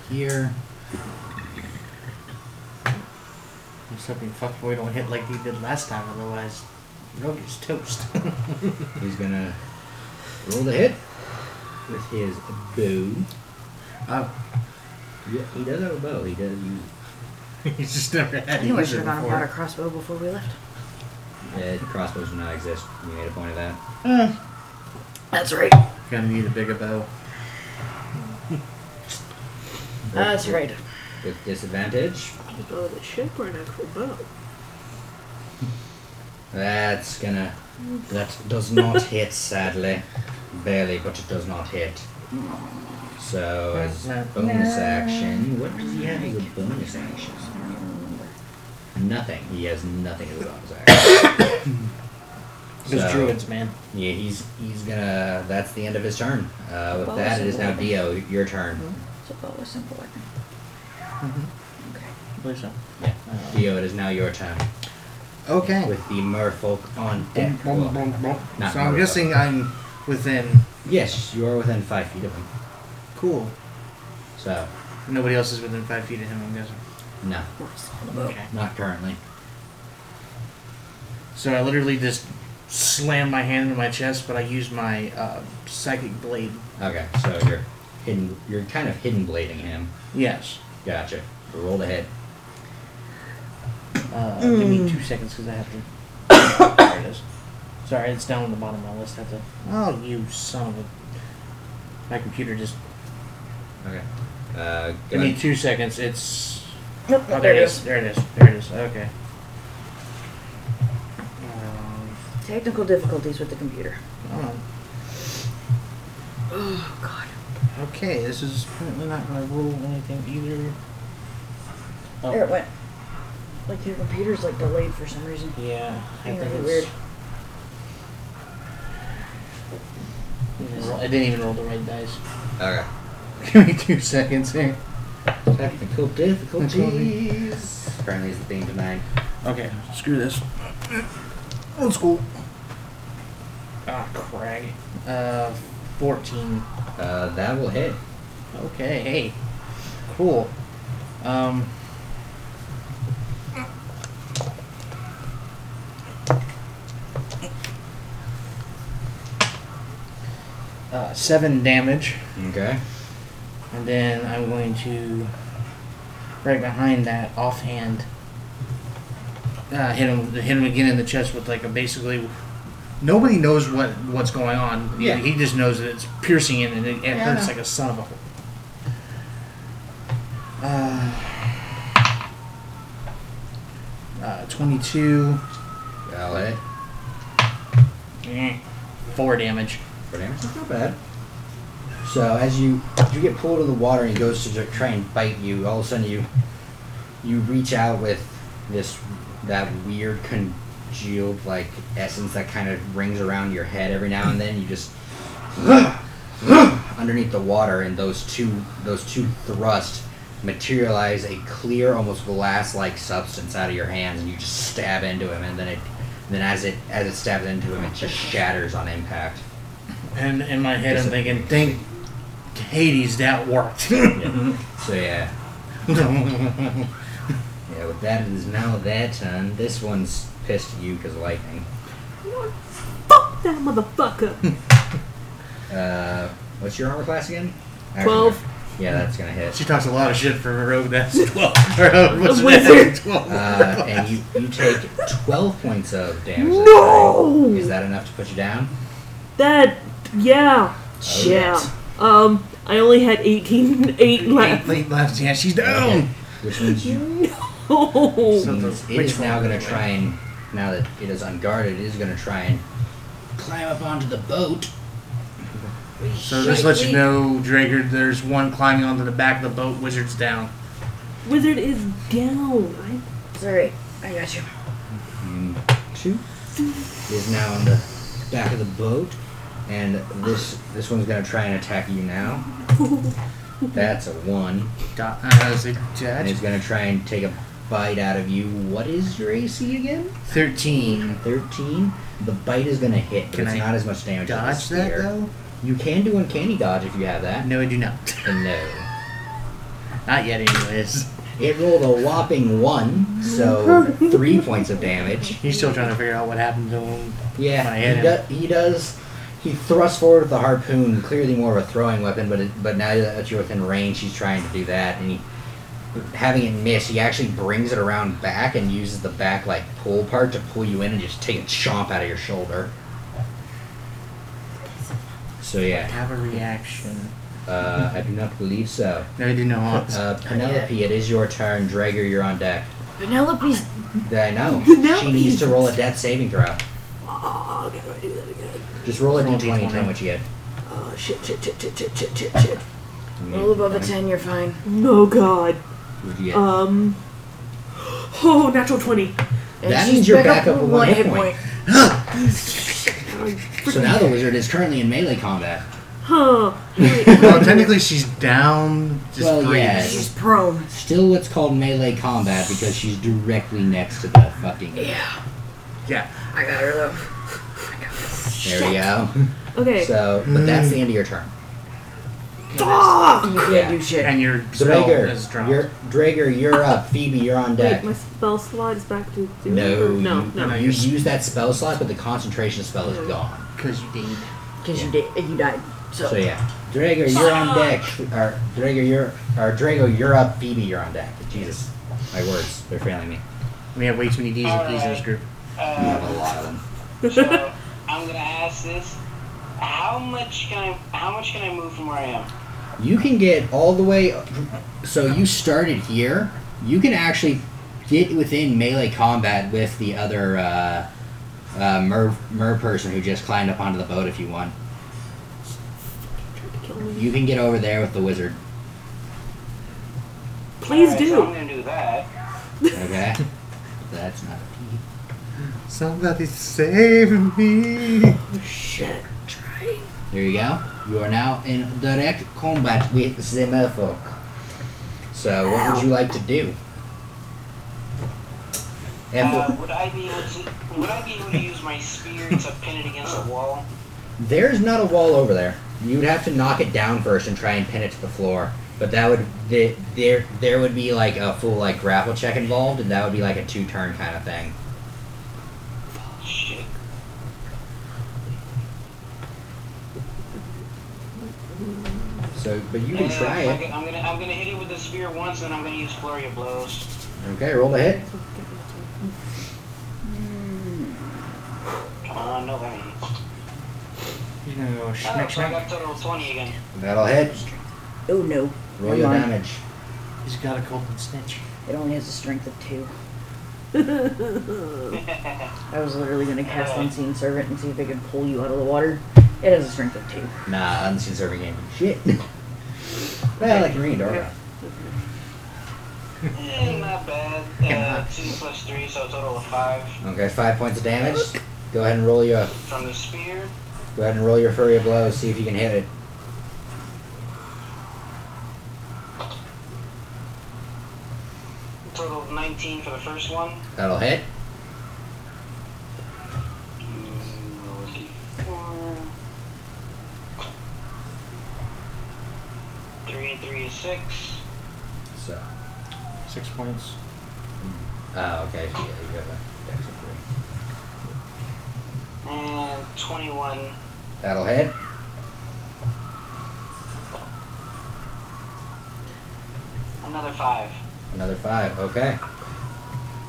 here. I'm just hoping fuckboy don't hit like he did last time, otherwise rogue is toast. (laughs) He's gonna roll the hit with his bow. oh, Yeah, he does have a bow. He does use (laughs) he's just never had I knew I either should have gone and before. bought a crossbow before we left. Yeah, crossbows do not exist. You made a point of that. That's right. Gonna need a bigger bow. That's With- right. With disadvantage, Oh, the ship or an actual boat? that's gonna. That does not hit, sadly. Barely, but it does not hit. So, as bonus action, what does he have as a bonus action? Nothing. He has nothing as a bonus action. Those So- druids, man. Yeah, he's he's gonna. That's the end of his turn. Uh, with Well, that, it is now simple. Dio. Your turn. So bow was simple weapon. I believe so. Yeah, Dio. It is now your turn. Okay. With the merfolk on Boom, deck. boom, Well, boom, boom. Not So I'm Naruto. guessing I'm within. Yes, you are within five feet of him. Cool. So, Nobody else is within five feet of him, I'm guessing. no, Okay. not currently. So I literally just slammed my hand into my chest, but I used my uh, psychic blade. Okay, so you're hidden. You're kind of hidden blading him. Yes. Gotcha. Roll the hit. Uh, Give Mm. Hmm. me two seconds because I have to. (coughs) there it is. Sorry, it's down on the bottom of my list. I have to. Oh, you son of a. My computer just. Okay. Uh, Give gonna- me two seconds. It's. Nope, Oh, there it is. There it is. There it is. Okay. Um, Technical difficulties with the computer. hold on. Oh god. Okay, this is apparently not going to roll anything either. Oh, There it went. Like your computer's like delayed for some reason. Yeah, I Yeah, think it's really weird. I didn't roll- I didn't even roll the right dice. (laughs) Okay. Give me two seconds here. Technical difficulties. Apparently, is the theme tonight. Okay, screw this. Old school. Ah, crag. Uh, 14. Uh, that will hit. Okay, hey. Cool. Um. Uh, seven damage. Okay. And then I'm going to, right behind that, offhand, uh, hit him, hit him again in the chest with like a basically. Nobody knows what what's going on. Yeah. He just knows that it's piercing in and it, it Yeah, I hurts know. like a son of a. Uh, uh, 22, That'll hit. eh, 4 damage. For damage, that's not bad. So as you you get pulled in the water and he goes to try and bite you, all of a sudden you you reach out with this that weird congealed like essence that kind of rings around your head every now and then. You just (clears throat) underneath the water, and those two those two thrust materialize a clear, almost glass-like substance out of your hands, and you just stab into him, and then it then as it as it stabs into him, it just shatters on impact. And in my head, I'm Does it- thinking, thank Hades, that worked. (laughs) So yeah. Yeah, with that, it is now their turn. This one's pissed at you because lightning. You know what? Fuck that (laughs) motherfucker. Uh, what's your armor class again? I Twelve. remember. Yeah, that's gonna hit. She talks a lot of shit for a rogue that's 12. Or uh, what's A her name? wizard. 12. (laughs) Uh, and you, you take 12 points of damage. this No! time. Is that enough to put you down? that Oh, yeah. yeah. Um I only had 18 8 Eight left. late left. Yeah, she's Okay. down. Which means you Oh. So means the- it which is now one going to anyway? try and now that it is unguarded, it is going to try and climb up onto the boat. So just let you know, Drager, there's one climbing onto the back of the boat. Wizard's down. (laughs) Wizard is down. It's alright. I got you. Mm, Two is now on the back of the boat, and this this one's going to try and attack you now. That's a one, Dot, uh, is it and judge? it's going to try and take a bite out of you. What is your AC again? 13. 13. The bite is going to hit, but Can it's I not as much damage Dodge as the that, spear. though? You can do uncanny dodge if you have that. No, I do not. (laughs) And no. Not yet, anyways. It rolled a whopping one, so three points of damage. He's still trying to figure out what happened to him. Yeah, I hit he, him. do- he does. He thrusts forward with the harpoon, clearly more of a throwing weapon, but it, but now that you're within range, he's trying to do that, and he, having it miss, he actually brings it around back and uses the back like pull part to pull you in and just take a chomp out of your shoulder. So yeah, Have a reaction. uh, I do not believe so. No, I do not. Uh, Penelope, it is your turn. Drager, you're on deck. Penelope's I know. Penelope. She needs to roll a death saving throw. Oh, God, do I do that again? Just roll a Roll a d20 and d20. tell me what you get. Oh, shit, shit, shit, shit, shit, shit, shit, shit. roll above a ten, you're fine. No, God. What'd you get? Um. (gasps) Oh, natural 20. And That she's means you're back up to with one hit point. so now the wizard is currently in melee combat. (laughs) Huh. well, technically, she's down. Just Well, breathe. yeah. She's prone. Still what's called melee combat because she's directly next to the fucking. Yeah. Yeah. I got her though. There we go. Okay. So, but that's the end of your turn. Fuck! You can't Yeah. do shit. And your spell is Drager, dropped. you're, Drager, you're up. Phoebe, you're on deck. Wait, my spell slot is back to zero? no, Or- No, you, no. you used that spell slot, but the concentration spell is gone. Because you did. Because you did you died. So, So yeah, Drager, you're on deck. Or Drager, you're or Drago, you're up. Phoebe, you're on deck. Jesus, my words, they're failing me. We have way too many D's and P's in this group. You have a Uh, lot of them. (laughs) so I'm gonna ask this: How much can I? How much can I move from where I am? You can get all the way. So you started here. You can actually get within melee combat with the other uh, uh, mer, mer person who just climbed up onto the boat if you want. Tried to kill me. You can get over there with the wizard. Please Alright, So I'm do. gonna do that. Okay? That's not a Somebody save me. Shit. Try. There you go. You are now in direct combat with the merfolk. So what would you like to do? And Uh, would I be able to? Would I be able to use my spear to pin it against the wall? There's not a wall over there. You'd have to knock it down first and try and pin it to the floor. But that would the, there there would be like a full like grapple check involved, and that would be like a two turn kind of thing. Shit. So, but you Uh, can try fuck it. I'm gonna I'm gonna hit it with the spear once, and I'm gonna use flurry of blows. Okay, roll the hit. Come on, no that means. He's gonna go Oh, schmack so I schmack. got total twenty again. That'll hit. Oh no, Roll your Never mind. damage. He's got a golden snitch. it only has a strength of two. I was literally gonna Oh. cast Unseen Servant and see if it could pull you out of the water. It has a strength of two. Nah, unseen serving game. Shit. (laughs) well, like green door. (laughs) Eh, not bad. Uh, two plus three, so a total of five Okay, five points of damage. Go ahead and roll your from the spear. go ahead and roll your flurry of blows. See if you can hit it. Total of nineteen for the first one. That'll hit. Mm, roll a d4. Three and three is six. So. Six points. Oh, okay. so yeah, you got a dex of three. And twenty-one. That'll hit. Another five. Another five. Okay.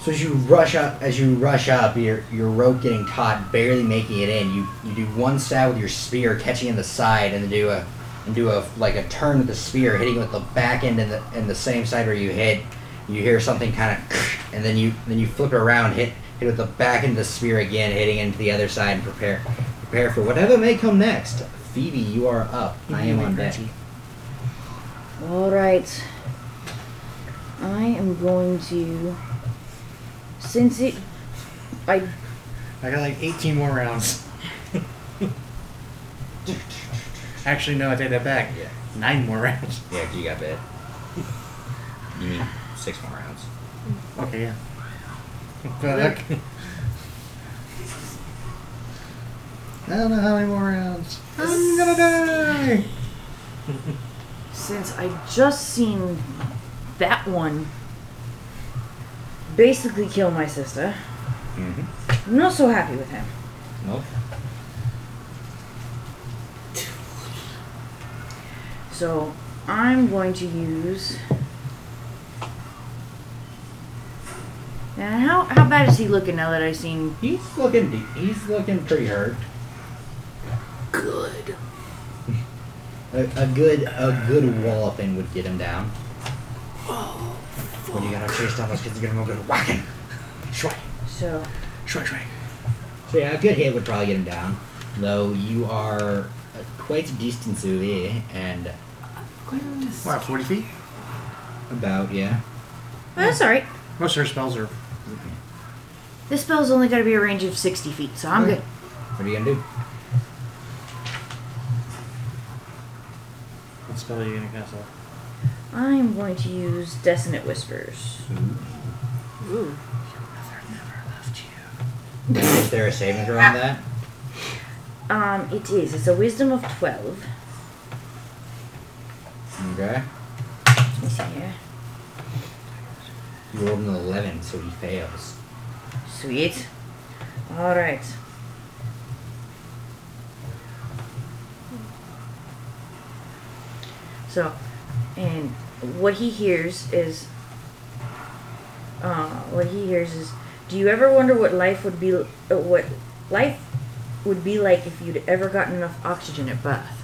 So as you rush up, as you rush up, your your rope getting taut, barely making it in. You you do one stab with your spear, catching in the side, and then do a and do a like a turn with the spear, hitting with the back end and the and the same side where you hit. You hear something kind of, (laughs) and then you then you flip it around, hit hit with the back end of the spear again, hitting into the other side, and prepare prepare for whatever may come next. Phoebe, you are up. I am on deck. All right. I am going to, since it, I I got like 18 more rounds. (laughs) Actually, no, I take that back. Yeah. Nine more rounds. Yeah, you got bit. You mean six more rounds? Okay, yeah. Fuck. I don't know how many more rounds. I'm gonna die. since I just seen that one basically kill my sister, Mm-hmm. I'm not so happy with him. Nope. So I'm going to use. Now, how how bad is he looking now that I've seen? He's looking. de- He's looking pretty hurt. Good. A, a good, a good walloping would get him down. Oh, When you gotta chase down those kids, get him a good whacking. Shway, So shway, shway. So yeah, a good hit would probably get him down. Though you are uh, quite a distance away, and Wow, 40 feet? about yeah. that's all right. Most of her spells are. This spell's only got to be a range of sixty feet, so I'm Okay. good. What are you gonna do? What spell are you gonna cast off? I'm going to use Desinate Whispers. Ooh. Is there a saving throw on (laughs) that? Um, it is. It's a Wisdom of twelve. Okay. Let me see here. You rolled an eleven, so he fails. Sweet. All right. So, and what he hears is uh, what he hears is, "Do you ever wonder what life would be? Uh, what life would be like if you'd ever gotten enough oxygen at birth?"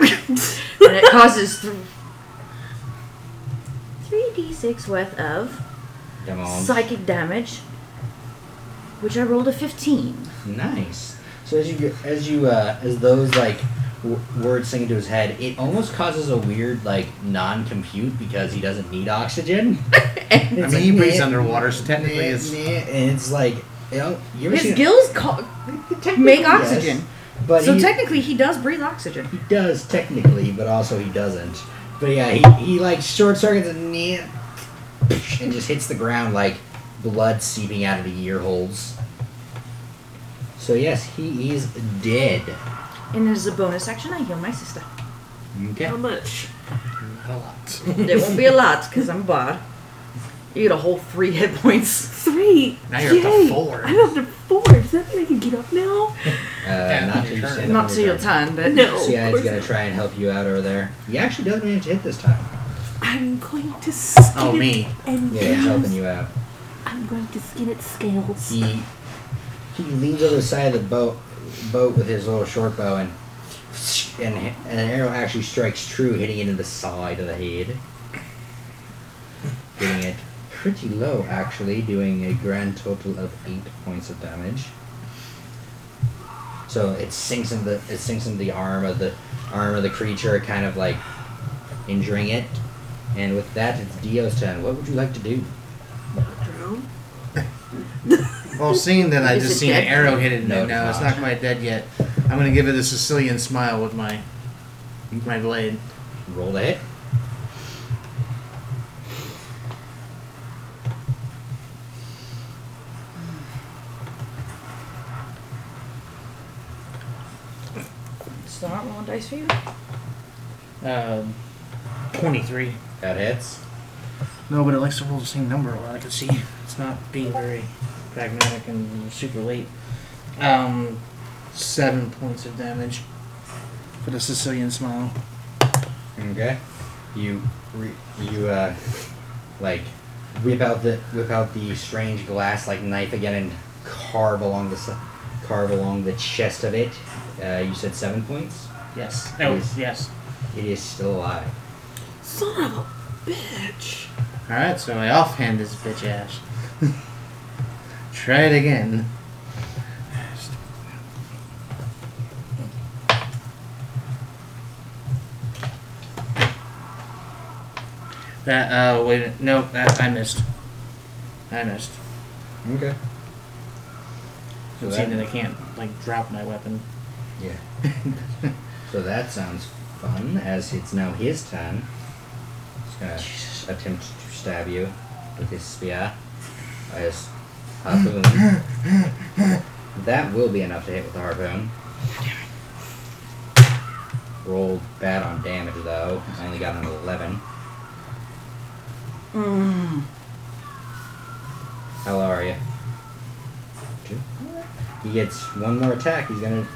and it causes three d six worth of Demons. psychic damage, which I rolled a fifteen. Nice. So as you as you uh, as those like w- words sink into his head, it almost causes a weird like non-compute because he doesn't need (laughs) oxygen. I mean, he breathes underwater, so technically it's. And it's like you know, you ever seen His a- gills co- Technically, make yes, oxygen, but so he, technically he does breathe oxygen. he does technically, but also he doesn't. But yeah, he, he like short circuits and yeah, and just hits the ground like blood seeping out of the ear holes. So yes, he is dead. And as a bonus action, I heal (laughs) my sister. Okay. How Um, much? Not a lot. There won't be a lot because I'm bad. You get a whole three hit points. Three. Now you're up to Yay. four. I'm up to four. Does that mean I can get up now? Uh, not till you Not stand up Not on to your turn. time, but No. So yeah, of he's course gonna not. try and help you out over there. He actually does manage to hit this time. I'm going to skin Oh, it me. and Yeah, he's helping scales. you out. I'm going to skin its scales. He he leans over the side of the boat boat with his little short bow and and, and an arrow actually strikes true, hitting it in the side of the head, getting it pretty low actually, doing a grand total of eight points of damage. So it sinks in the it sinks into the arm of the arm of the creature, kind of like injuring it. And with that, it's Dio's turn. What would you like to do? Drown. Well, seeing that I Is just it seen an dead? arrow hit it, No, no, it's no, it's not. not quite dead yet. I'm gonna give it a Sicilian smile with my my blade. Roll the hit. it's not rolling dice for you. Um, Twenty-three. That hits. No, but it likes to roll the same number a lot. I can see it's not being very pragmatic and super late. Um, seven points of damage for the Sicilian smile. Okay. You re- you uh like whip out the whip out the strange glass like knife again and carve along the s- carve along the chest of it. Uh, you said seven points. Yes. Oh, Yes. yes. It is still alive. Son of a bitch. All right, so I offhand this bitch ass. Try it again. That uh, wait, no, that, I missed. I missed. Okay. So I'm seeing that I that, can't like drop my weapon. yeah. so that sounds fun. As it's now his turn. He's gonna attempt to stab you with his spear. Or his harpoon. that will be enough to hit with the harpoon. Rolled bad on damage though. I only got an eleven. Mm, How low are you? Two. He gets one more attack. He's gonna. (laughs)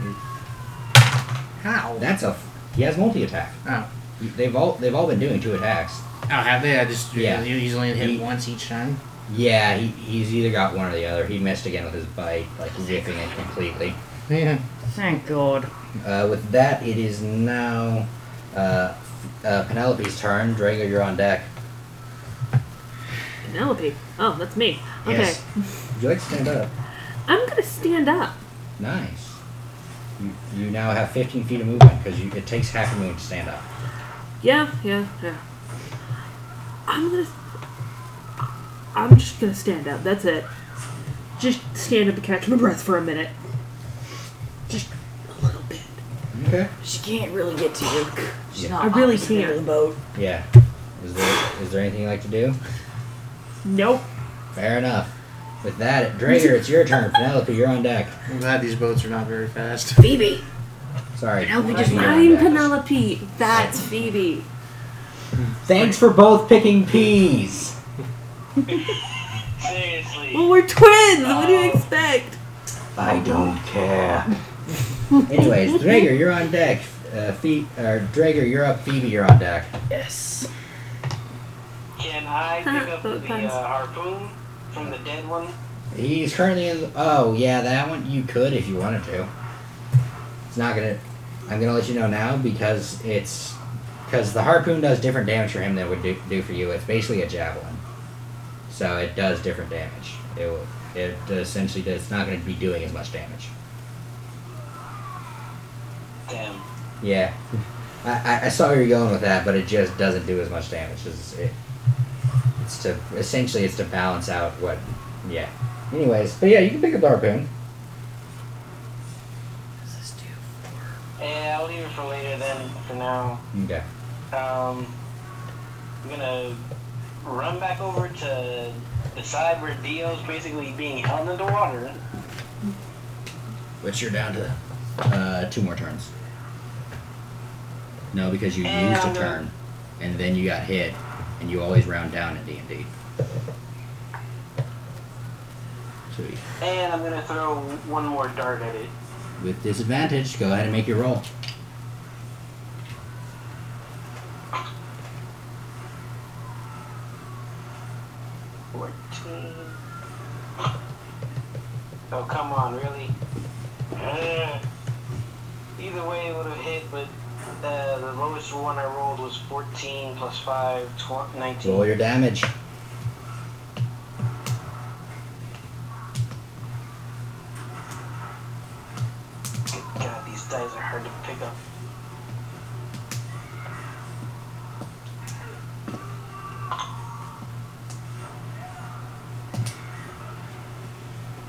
How? That's a. He has multi attack. Oh, They've all they've all been doing two attacks. oh, have they? I just Yeah. yeah. usually hit He- once each time. Yeah, he, he's either got one or the other. He missed again with his bite, like ripping it completely. Yeah. Thank God. Uh, with that, it is now uh, uh, Penelope's turn. Drago, you're on deck. Penelope. Oh, that's me. Okay. Yes. Would you like to stand up? I'm gonna stand up. Nice. You, you now have 15 feet of movement because it takes half a moon to stand up. Yeah, yeah, yeah. I'm gonna. I'm just gonna stand up. That's it. Just stand up and catch my breath for a minute. Just a little bit. Okay. She can't really get to you. She's Yeah. not. I really obviously can't. under The boat. Yeah. Is there is there anything you'd like to do? Nope. Fair enough. With that, Drager, it's your turn. Penelope, you're on deck. I'm glad these boats are not very fast. Phoebe. Sorry. Penelope just Drago, you're on deck. I'm Penelope. That's Phoebe. Thanks for both picking peas. Seriously. Well, we're twins. What do you expect? I don't care. (laughs) Anyways, Drager, you're on deck. Uh, Phe- uh, Drager, you're up. Phoebe, you're on deck. Yes. Can I pick up the uh, harpoon from the dead one? He's currently in. The, oh yeah, that one you could if you wanted to. It's not gonna. I'm gonna let you know now because it's because the harpoon does different damage for him than it would do, do for you. It's basically a javelin, so it does different damage. It will. It essentially does. It's not gonna be doing as much damage. Damn. Yeah. I, I- I saw where you're going with that, but it just doesn't do as much damage. It's, it, it's to essentially it's to balance out what, yeah. Anyways, but yeah, you can pick up the harpoon. Does this do? Yeah, Eh, I'll leave it for later then. For now, Okay. um, I'm gonna run back over to the side where Dio's basically being held in the water. But you're down to uh, two more turns. No, because you And used I'm a gonna- turn, and then you got hit, and you always round down in D and D. So And I'm gonna throw one more dart at it. with disadvantage, go ahead and make your roll. Fourteen. Oh come on, really? (sighs) Ugh. Either way, it would have hit, but uh, the lowest one I rolled was 14 plus 5, tw- 19. Roll your damage. God, these dice are hard to pick up.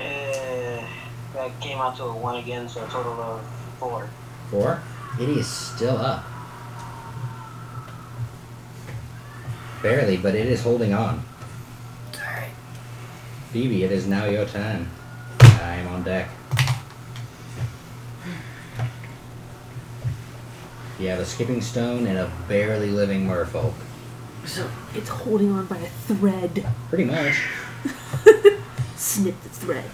Uh, that came out to a one again, so a total of four. Four. It is still up. Barely, but it is holding on. Phoebe, it is now your turn. I am on deck. You have a skipping stone and a barely living merfolk. So it's holding on by a thread. Pretty much. Snip the thread.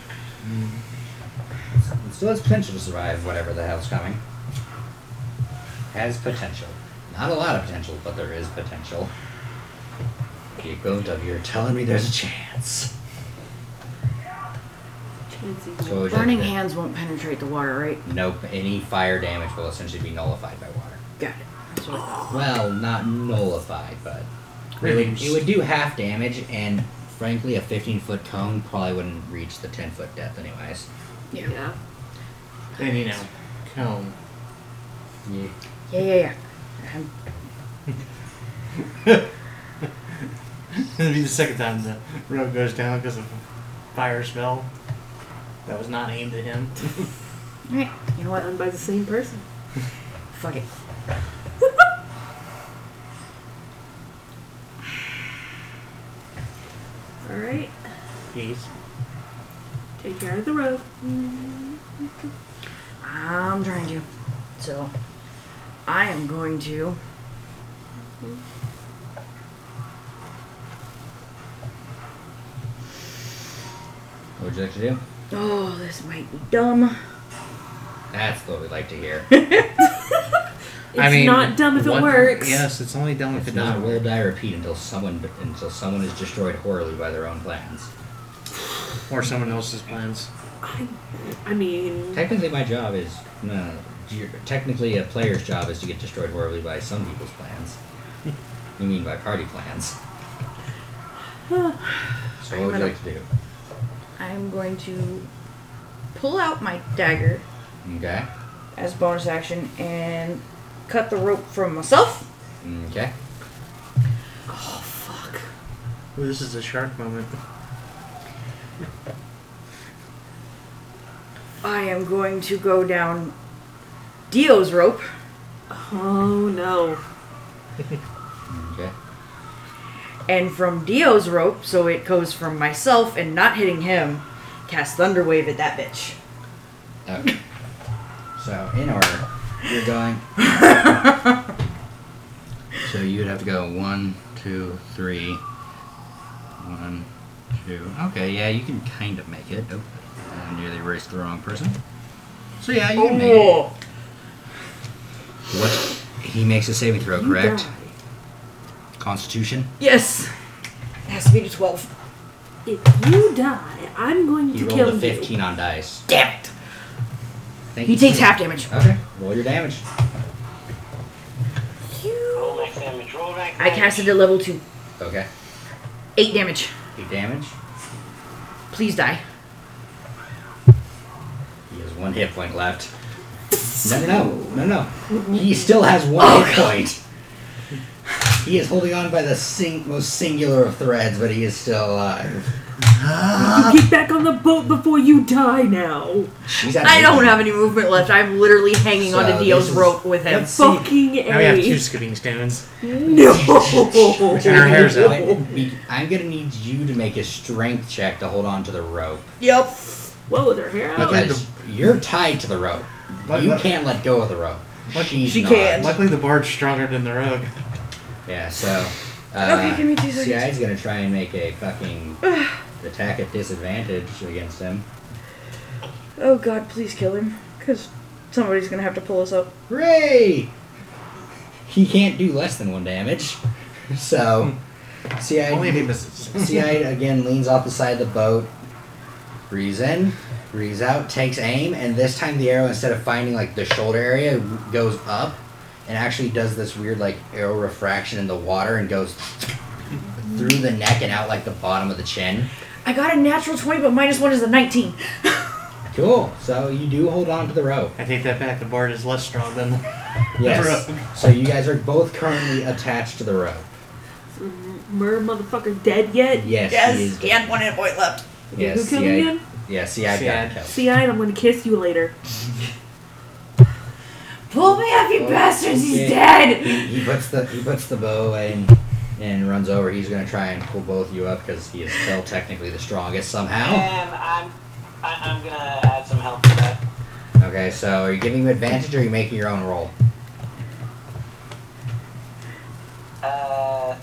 It still has potential to survive whatever the hell's coming. Has potential. Not a lot of potential, but there is potential. The equivalent of you're telling me there's a chance. So Chancey. what would you like Burning to do? hands won't penetrate the water, right? Nope. Any fire damage will essentially be nullified by water. Got it. That's what I thought. Well, not nullified, but it would, it would do half damage, and frankly, a 15 foot cone probably wouldn't reach the 10 foot depth, anyways. Yeah. And you know, cone. Yeah. Yeah, yeah, yeah. Um, I'm- (laughs) It'll be the second time the rogue goes down because of fire spell that was not aimed at (laughs) him. eh, you know what? Done by the same person. Fuck it. All right. Please. Take care of the road. I'm trying to. So, I am going to. What would you like to do? Oh, this might be dumb. That's what we like to hear. It's not dumb if it what- works. Yes, it's only dumb if it If not, doesn't roll work. die repeat until someone until someone is destroyed horribly by their own plans. Or someone else's plans. I, I mean, Technically, my job is no. you technically, a player's job is to get destroyed horribly by some people's plans. you mean by party plans? so what would you like to do? I'm going to pull out my dagger Okay. as bonus action and cut the rope from myself. Okay. oh fuck. Ooh, this is a shark moment. I am going to go down Dio's rope. Oh no. Okay. and from Dio's rope, so it goes from myself and not hitting him, cast Thunderwave at that bitch. Okay. so in order, you're going. so you'd have to go one, two, three, one, two. Okay, yeah, you can kind of make it. Oh, I nearly erased the wrong person. So yeah, you can make it. Oh, What? He makes a saving throw, You correct? die. Constitution. yes. has to be to 12. If you die, I'm going He to rolled kill a you. 15 on dice. Damn it! Thank He takes half damage. Okay, roll your damage. Roll max damage. Roll max I damage. casted at level 2. Okay, 8 damage. 8 damage. Please die. He has one hit point left. No, no, no, no, no. (laughs) He still has one hit point. He is holding on by the sing- most singular of threads, but he is still alive. Get back on the boat before you die now. He's at I don't midnight. have any movement left. I'm literally hanging on So to Dio's this is- rope with him. let's see. (laughs) Fucking Now we have two A. skipping stones. No. And our hair's out. I- I'm gonna need you to make a strength check to hold on to the rope. Yep. (laughs) Whoa, their hair out. Because you're tied to the rope. But- you but- can't let go of the rope. She's she not. can. Luckily, the bard's stronger than the rogue. Yeah, so. Uh, Okay, give me two seconds. CI's gonna try and make a (sighs) fucking attack at disadvantage against him. Oh god, please kill him. Because somebody's gonna have to pull us up. Hooray! He can't do less than one damage. (laughs) So, CI, Only if (laughs) he misses. CI again leans off the side of the boat, breathes in, breathes out, takes aim, and this time the arrow, instead of finding like the shoulder area, goes up and actually does this weird like arrow refraction in the water and goes through the neck and out like the bottom of the chin. I got a natural 20, but minus 1 is a 19. Cool. So you do hold on to the rope. I take that back. The bard is less strong than the (laughs) Yes. rogue. So you guys are both currently attached to the rope. Mer motherfucker dead yet? Yes. he is dead. one hit point left. Yes. Who killed CI him again? Yeah, CI got CI. killed. See, I am going to kiss you later. Pull me up, you Oh, bastards! okay. He's dead! he, he puts the he puts the bow and and runs over. He's gonna try and pull both you up because he is still technically the strongest somehow. And I'm, I, I'm gonna add some help to that. Okay, so are you giving him advantage or are you making your own roll? Uh,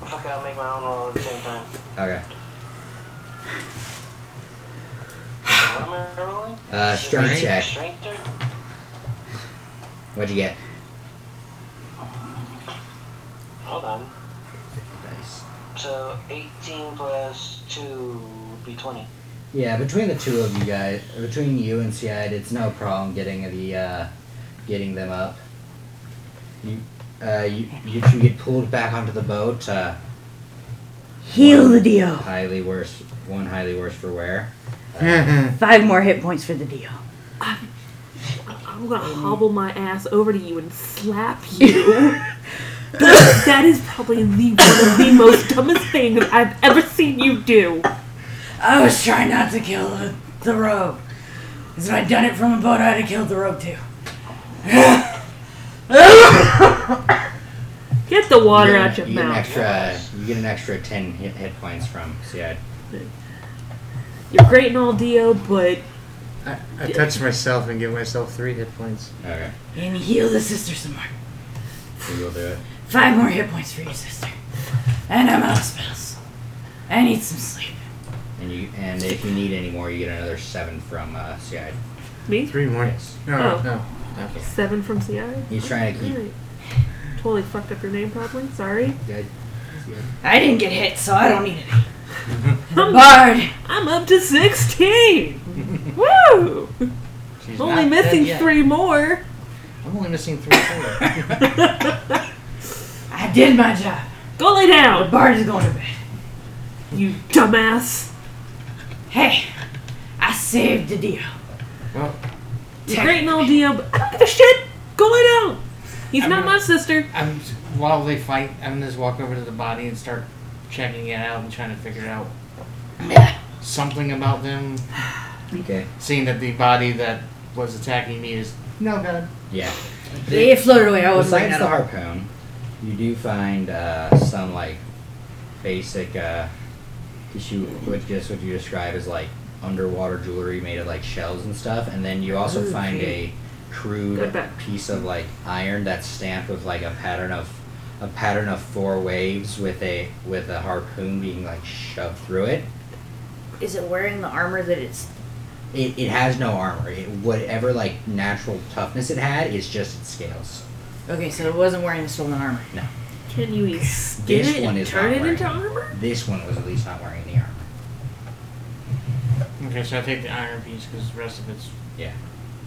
fuck it, I'll make my own roll at the same time. Okay, What am I rolling? uh, strength check. Strength check? What'd you get? Hold on. Nice. So 18 plus 2 would be 20. Yeah, between the two of you guys, between you and CI, it's no problem getting the uh, getting them up. You uh, you you two get pulled back onto the boat. Uh, Heal the (laughs) Dio. highly worse, one highly worse for wear. Five more hit points for the Dio. I'm gonna Um. hobble my ass over to you (laughs) and slap you. that, that is probably the one of the most dumbest things I've ever seen you do. I was trying not to kill the, the rogue. Because if I'd done it from a boat, I'd have killed the rogue too. Get the water out you your get an mouth. extra. You get an extra ten hit, hit points from CI. You're great and all, Dio, but I, I touch myself and give myself three hit points. Okay, And heal the sister some more. so you'll do it. Five more hit points for you, sister. And I'm out of spells. I need some sleep. And you and if you need any more, you get another seven from uh, CI. me Three more. Yes. No, no, Oh. no. Okay. seven from CI. He's trying to keep. Alright. Totally fucked up your name, probably. Sorry. Good. I didn't get hit, so I don't need it. Bard! I'm up to (laughs) sixteen. Woo! She's Only not dead missing yet. three more. I'm only missing (laughs) three. Four. I did my job. Go lay The down, bard is going to bed. you dumbass. Hey, I saved the deal. well, You're great and all, Dio, but I don't give a shit. Go lay down. He's I'm not not- my sister. I'm while they fight, I'm gonna just walk over to the body and start checking it out and trying to figure out something about them. Okay. Seeing that the body that was attacking me is no good. Yeah. It floated away. I wasn't Besides at the all. harpoon, you do find uh, some like basic uh, tissue, which just what you describe as like underwater jewelry made of like shells and stuff, and then you also find a Good crude bet. piece of like iron that's stamped with like a pattern of a pattern of four waves with a with a harpoon being like shoved through it. Is it wearing the armor that it's? It, it has no armor. It, whatever like natural toughness it had is just its scales. Okay, so it wasn't wearing the stolen armor. No. Can you spin This it one and is turn not it into wearing- armor? This one was at least not wearing any armor. Okay, so I take the iron piece because the rest of it's Yeah.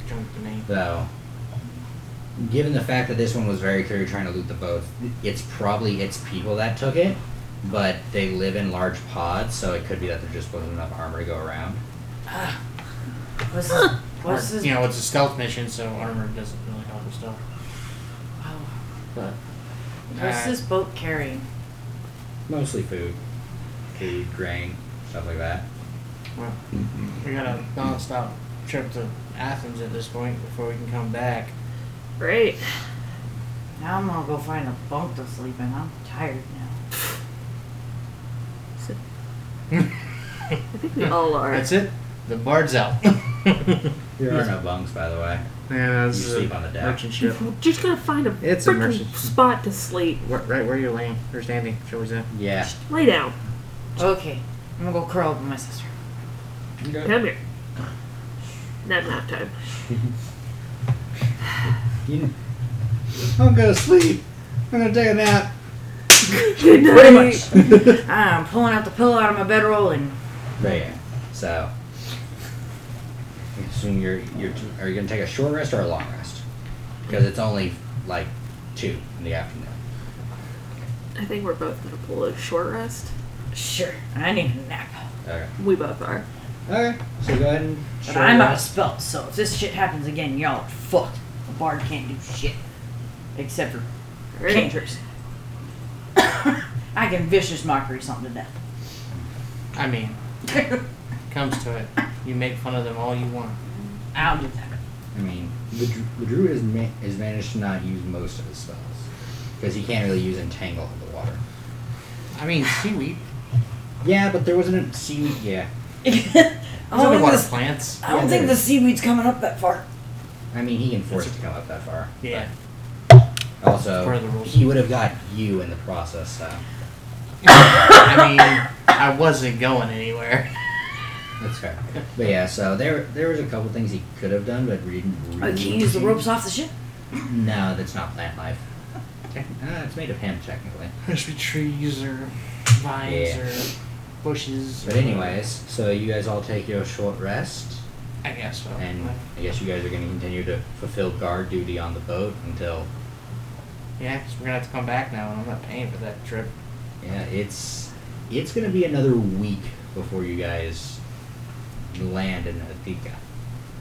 junk to me. Though, given the fact that this one was very clearly trying to loot the boat, it's probably its people that took it, but they live in large pods, so it could be that there just wasn't enough armor to go around. What's this? What's Or, this? you know, it's a stealth mission, so armor doesn't really help with stealth. Oh, but what's this boat carrying? Mostly food, food, grain, stuff like that. Well, we got a non-stop trip to Athens at this point before we can come back. Right. Now I'm gonna go find a bunk to sleep in. I'm tired now. I think we all are. That's it. The bard's (laughs) out. There are no bunks, by the way. Yeah, You sleep on the deck. merchant ship. We're just gotta find a It's a mercy. frickin' spot to sleep. Where, right where you're laying or standing, shall we say? Yeah. Lay down. Okay, I'm gonna go curl up with my sister. Come here. Nap nap time. You- I'm gonna sleep. I'm gonna take a nap. Good night. Pretty (laughs) much. I'm pulling out the pillow out of my bedroll and Right. yeah. So, I assume you're you're are you gonna take a short rest or a long rest? Because it's only like two in the afternoon. I think we're both gonna pull a short rest. sure, I need a nap. Okay. We both are. Okay. So go ahead and. But short I'm out of rest. spells, so if this shit happens again, y'all are fucked. The bard can't do shit. Except for All right. cantrips. I can vicious mockery something to death. I mean, comes to it, you make fun of them all you want. I'll do that. I mean, the, dru- the druid has, ma- has managed to not use most of his spells because he can't really use entangle in the water. I mean, seaweed. Yeah, but there wasn't a sea. Yeah. (laughs) I don't, think underwater Oh, this, plants. I don't think the seaweed's coming up that far. I mean, he can force it to come up that far. but (laughs) Yeah. Part of the Also, rules. he would have got you in the process. So I mean, I wasn't going anywhere. that's fair. But yeah, so there there was a couple things he could have done, but we didn't really. I can't use the ropes off the ship. No, that's not plant life. Uh, it's made of hemp, technically. There should be trees or vines Yeah. or bushes. But or- anyways, so you guys all take your short rest, I guess so. and I guess you guys are going to continue to fulfill guard duty on the boat until yeah, because we're gonna have to come back now, and I'm not paying for that trip. yeah, it's it's going to be another week before you guys land in Athika.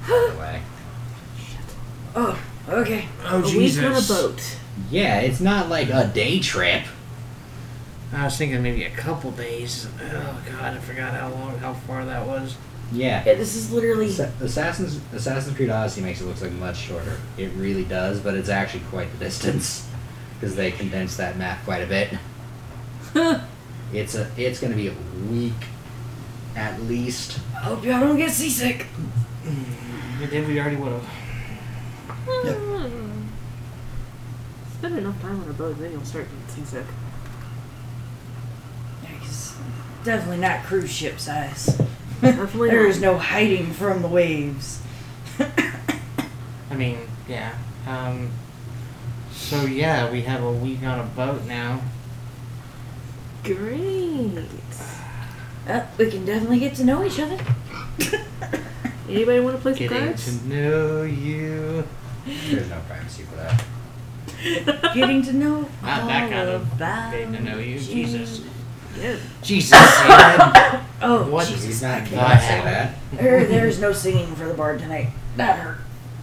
By (gasps) the way, Oh, okay. Oh a week on a boat. yeah, it's not like a day trip. I was thinking maybe a couple days. Oh god, I forgot how long, how far that was. Yeah, Yeah, this is literally Assa- Assassin's Assassin's Creed Odyssey makes it look like much shorter. It really does, but it's actually quite the distance (laughs) because they condensed that map quite a bit. it's a it's going to be a week at least. I hope y'all don't get seasick. We did, we already would have. (sighs) Spend enough time on a boat, then you'll start (laughs) getting seasick. Yeah, 'cause definitely not cruise ship size. Definitely There not. is no hiding from the waves. I mean, yeah. Um, so yeah, we have a week on a boat now. Great. Uh, we can definitely get to know each other. Anybody want to play some Getting cards? to know you. There's no privacy for that. Getting to know Not all that kind of about Getting to know you, Jesus. Yeah. (laughs) Jesus. Amen. Oh, What? Jesus. He's not going Wow. to say that. Er, there's no singing for the bard tonight. That hurt.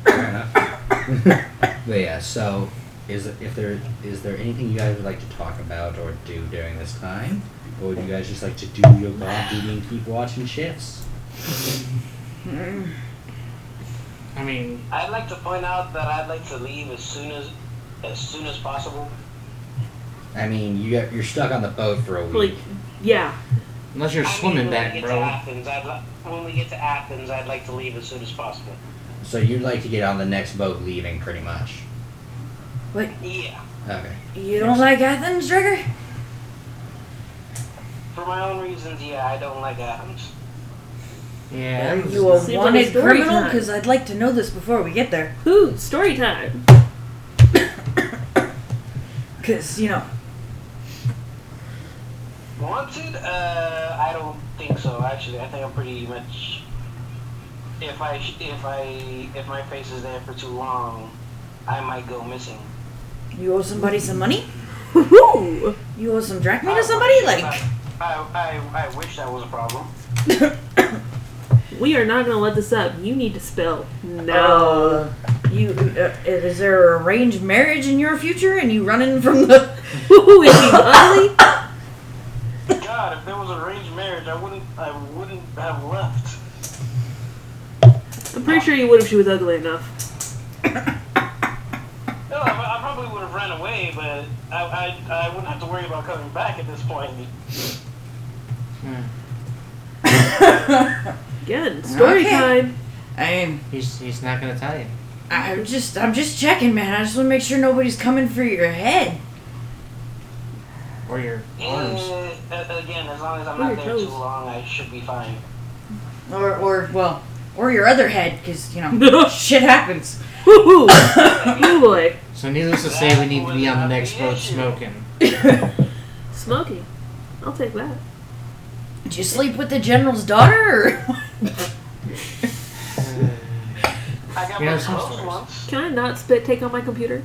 Fair enough. (laughs) but yeah, so is if there is there anything you guys would like to talk about or do during this time, or would you guys just like to do your guard duty and keep watching shifts? I mean, I'd like to point out that I'd like to leave as soon as as soon as possible. I mean, you got, you're stuck on the boat for a week. Like, yeah. unless you're I mean, swimming when we back, get To bro. Athens, I'd li- when we get to Athens, I'd like to leave as soon as possible. So you'd like to get on the next boat leaving, pretty much. Yeah, Okay. You don't like Athens, Trigger? for my own reasons. Yeah, I don't like Athens. Yeah. that was- You a Seems like a wanted story criminal? time. Because I'd like to know this before we get there. Ooh, story time. Because, you know, Wanted? Uh, I don't think so. Actually, I think I'm pretty much. If I sh- if I if my face is there for too long, I might go missing. You owe somebody some money? Woohoo! You owe some drachma I to somebody? Oh, Like, wish- (laughs) I, I, I wish that was a (laughs) problem. We are not gonna let this up. You need to spill. Oh. No. you, uh, is there a arranged marriage in your future and you running from the. (laughs) Woohoo! Is she ugly? God, if there was arranged marriage, I wouldn't I wouldn't have left. I'm pretty sure you would if she was ugly enough. No, I, I probably would have ran away, but I, I I wouldn't have to worry about coming back at this point. Good. Story Okay. time. I'm, He's, he's not gonna tell you. I'm just, I'm just checking, man. I just want to make sure nobody's coming for your head. Or your arms. Eh, a- again, as long as I'm Oh, not your there toes. too long, I should be fine. Or, or, well, or your other head, because, you know, shit happens. Woohoo! you boy. So Mm. needless to say, we need to be on the next boat smoking. Smoking. I'll take that. Did you sleep with the general's daughter? Or? I got We have my some clothes stories. once. Can I not spit take on my computer?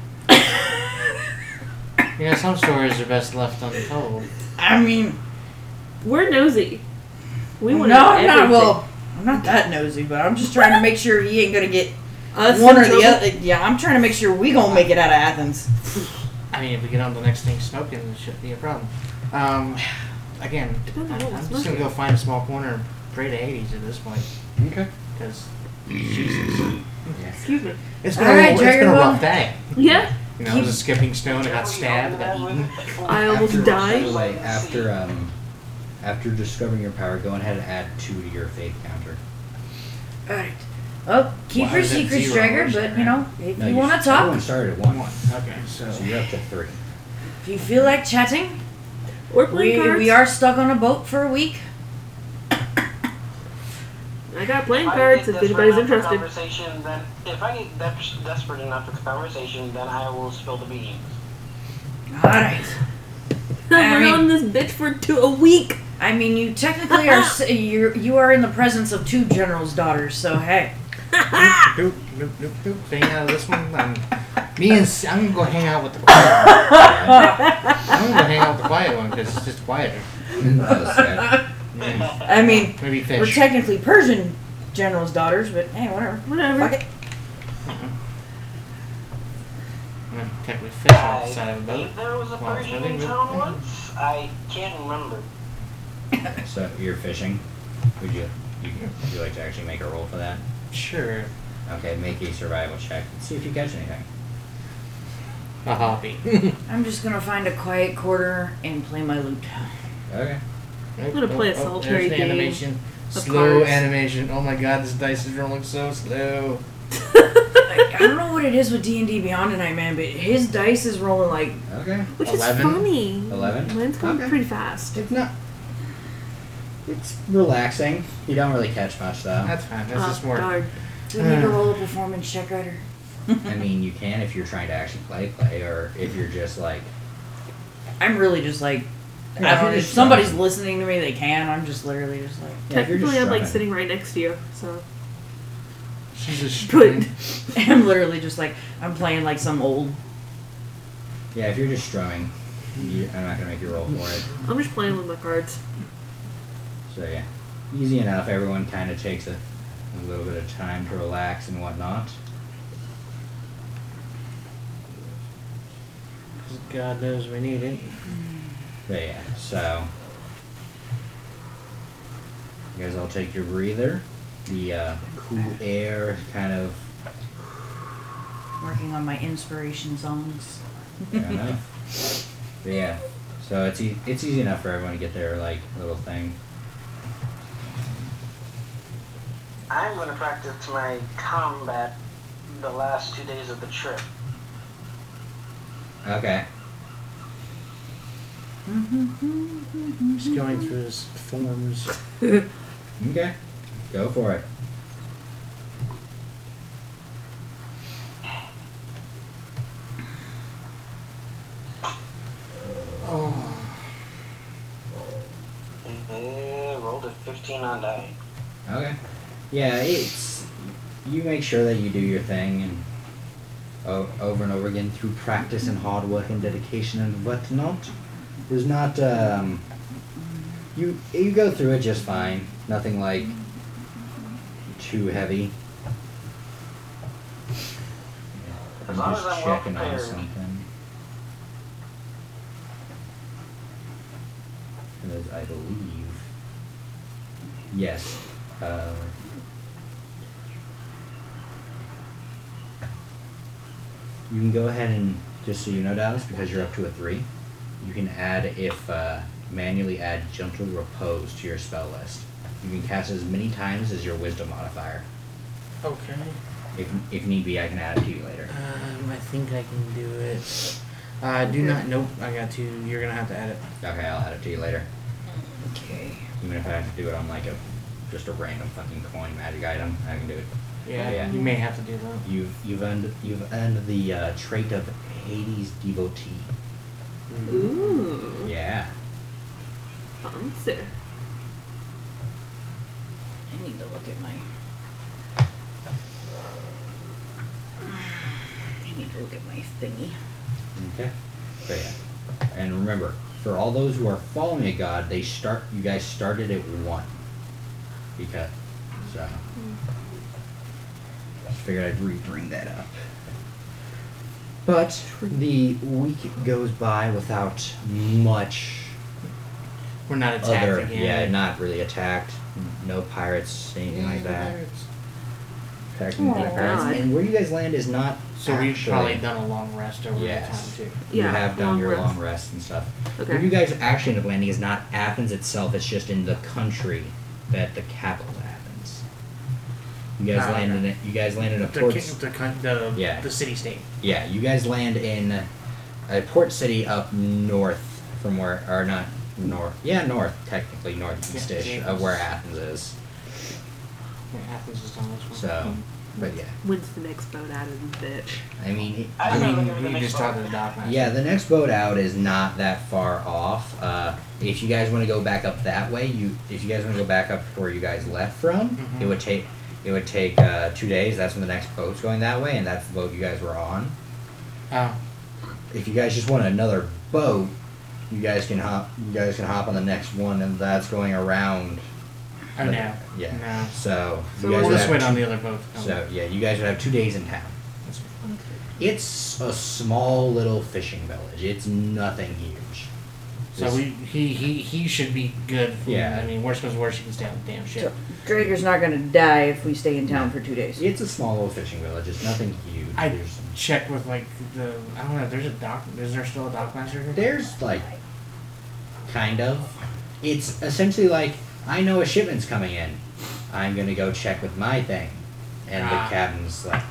You know, some stories are best left untold. I mean, We're nosy. We no, want to I'm not. Well, I'm not that nosy, but I'm just trying to make sure he ain't gonna get Us one in or the trouble? other. Yeah, I'm trying to make sure we gonna make it out of Athens. I mean, if we get on the next thing smoking, it shouldn't be a problem. Um, again, I'm, I'm just gonna go find a small corner and pray to Hades at this point, Okay. because Jesus, Excuse me. it's been, a, All right, it's been a Dragon Ball. rough day. Yeah, You know, I was a skipping stone. I got stabbed. I got eaten. I almost after, died. so, like, after um, after discovering your power, go ahead and add two to your faith counter. All right. Well, keep Why your is it secrets, zero? Dragger, but you know, if No, you want s- to talk, Everyone started at One one. one. Okay, so So you're up to (laughs) three. if you feel like chatting, we're playing we, cards. we are stuck on a boat for a week. I got playing I get cards if desperate anybody's enough for interested. (laughs) Conversation, then if I get des- desperate enough for conversation, then I will spill the beans. All right. I we're mean- on this bitch for two a week. I mean, you technically (laughs) are s- you you are in the presence of two generals' daughters, so hey. nope, nope, nope, nope. Staying out of this one. I'm, me and S- I'm gonna go hang out with the quiet. One. I'm gonna go hang out with the quiet one because it's just quieter. Oh, sad. Yeah, I mean, maybe we're fish. technically Persian generals' daughters, but hey, whatever. Whatever. Fuck it. Yeah, technically fish on the side I of a boat. think there was a Wow, Persian really in good. town once. I can't remember. so you're fishing. Would you, you would you like to actually make a roll for that? Sure, Okay, make a survival check. See if you catch anything. a hobby. I'm just gonna find a quiet corner and play my (laughs) lute. Okay. I'm oh, gonna play a solitary game Animation. of Slow cards. animation. Oh my god, this dice is rolling so slow. Like, I don't know what it is with D and D Beyond tonight, man, but his dice is rolling like Okay. Which is 11? funny. 11? Mine's going Okay. pretty fast. It's not. It's relaxing. You don't really catch much though. That's fine. That's Oh, just more. darn. we need to roll a performance check writer. I mean, you can if you're trying to actually play play, or if you're just like. I'm really just like, Yeah, I don't. you're If just somebody's fine. listening to me, they can. I'm just literally just like, (laughs) yeah, if you're just Technically, I'm like strumming. sitting right next to you, (laughs) so She's a Good. string. I'm literally just like, I'm playing like some old. Yeah, if you're just strumming, you, I'm not gonna make you roll for it. I'm just playing with my cards. So yeah, easy enough. Everyone kind of takes a, a little bit of time to relax and whatnot. God knows we need it. But yeah, so you guys all take your breather. The uh, cool air kind of Working on my inspiration songs. I don't know. But yeah, so it's e- it's easy enough for everyone to get their like little thing. I'm gonna practice my combat the last two days of the trip. Okay. Just going through his forms. Okay. Go for it. Oh. 15 on die. Okay. Yeah, it's you make sure that you do your thing and o- over and over again through practice and hard work and dedication and whatnot. There's not um, you you go through it just fine. Nothing like too heavy. As I'm long as just I'm well checking on prepared. something. Because I believe, yes, uh, you can go ahead and just so you know, Dallas, because you're up to a three. You can add if uh, manually add gentle repose to your spell list. You can cast as many times as your wisdom modifier. Okay. If, if need be, I can add it to you later. Um, I think I can do it. Uh, do not. Nope. I got to. You're gonna have to add it. Okay, I'll add it to you later. Okay. Even if I have to do it on like a just a random fucking coin magic item, I can do it. Yeah. Yeah. You may have to do that. You've you've earned you've earned the uh, trait of Hades devotee. Ooh. Yeah. Fancy. I need to look at my. I need to look at my thingy. Okay. So yeah. And remember, for all those who are following a god, they start. You guys started at one. Because so. Just figured I'd re-bring that up. But the week goes by without much We're not attacked other again. yeah, not really attacked. No pirates, anything like that. Attacking Oh, pirates. God. And where you guys land is not So actually, we've probably done a long rest over Yes. the time you Yeah, have done long your rest. long rest and stuff. Where you Okay. guys actually end up landing is not Athens itself, it's just in the country that the capital Athens. You guys Ah, land in it you guys land in a too. port The ki- the con- the, Yeah. the city state. yeah, you guys land in a port city up north from where, or not north, yeah, north, technically northeast-ish Yeah, yeah. of where Athens is. Yeah, Athens is on this one. So, but yeah, When's the next boat out of the bitch? I mean, I I don't know mean, whether the you next just one- talked to the dock master. yeah, the next boat out is not that far off. Uh, if you guys want to go back up that way, you if you guys want to go back up to where you guys left from, it Mhm. would take it would take uh, two days. That's when the next boat's going that way, and that's the boat you guys were on. Oh, if you guys just want another boat, you guys can hop. You guys can hop on the next one, and that's going around. oh no. Yeah. No. So, So you guys We'll we're would just have wait on two- the other boat. to come. So yeah, you guys would have two days in town. That's fine. It's a small little fishing village. It's nothing huge. So It's- we he he he should be good. For, Yeah. I mean, worst comes to worst, he can stay on the damn ship. So, Drager's not gonna die if we stay in town for two days. It's a small little fishing village. It's nothing huge. I- there's, Check with like the I don't know. There's a dock. Is there still a dock master here? there's like, kind of. It's essentially like I know a shipment's coming in. I'm gonna go check with my thing, and Ah. the captain's like,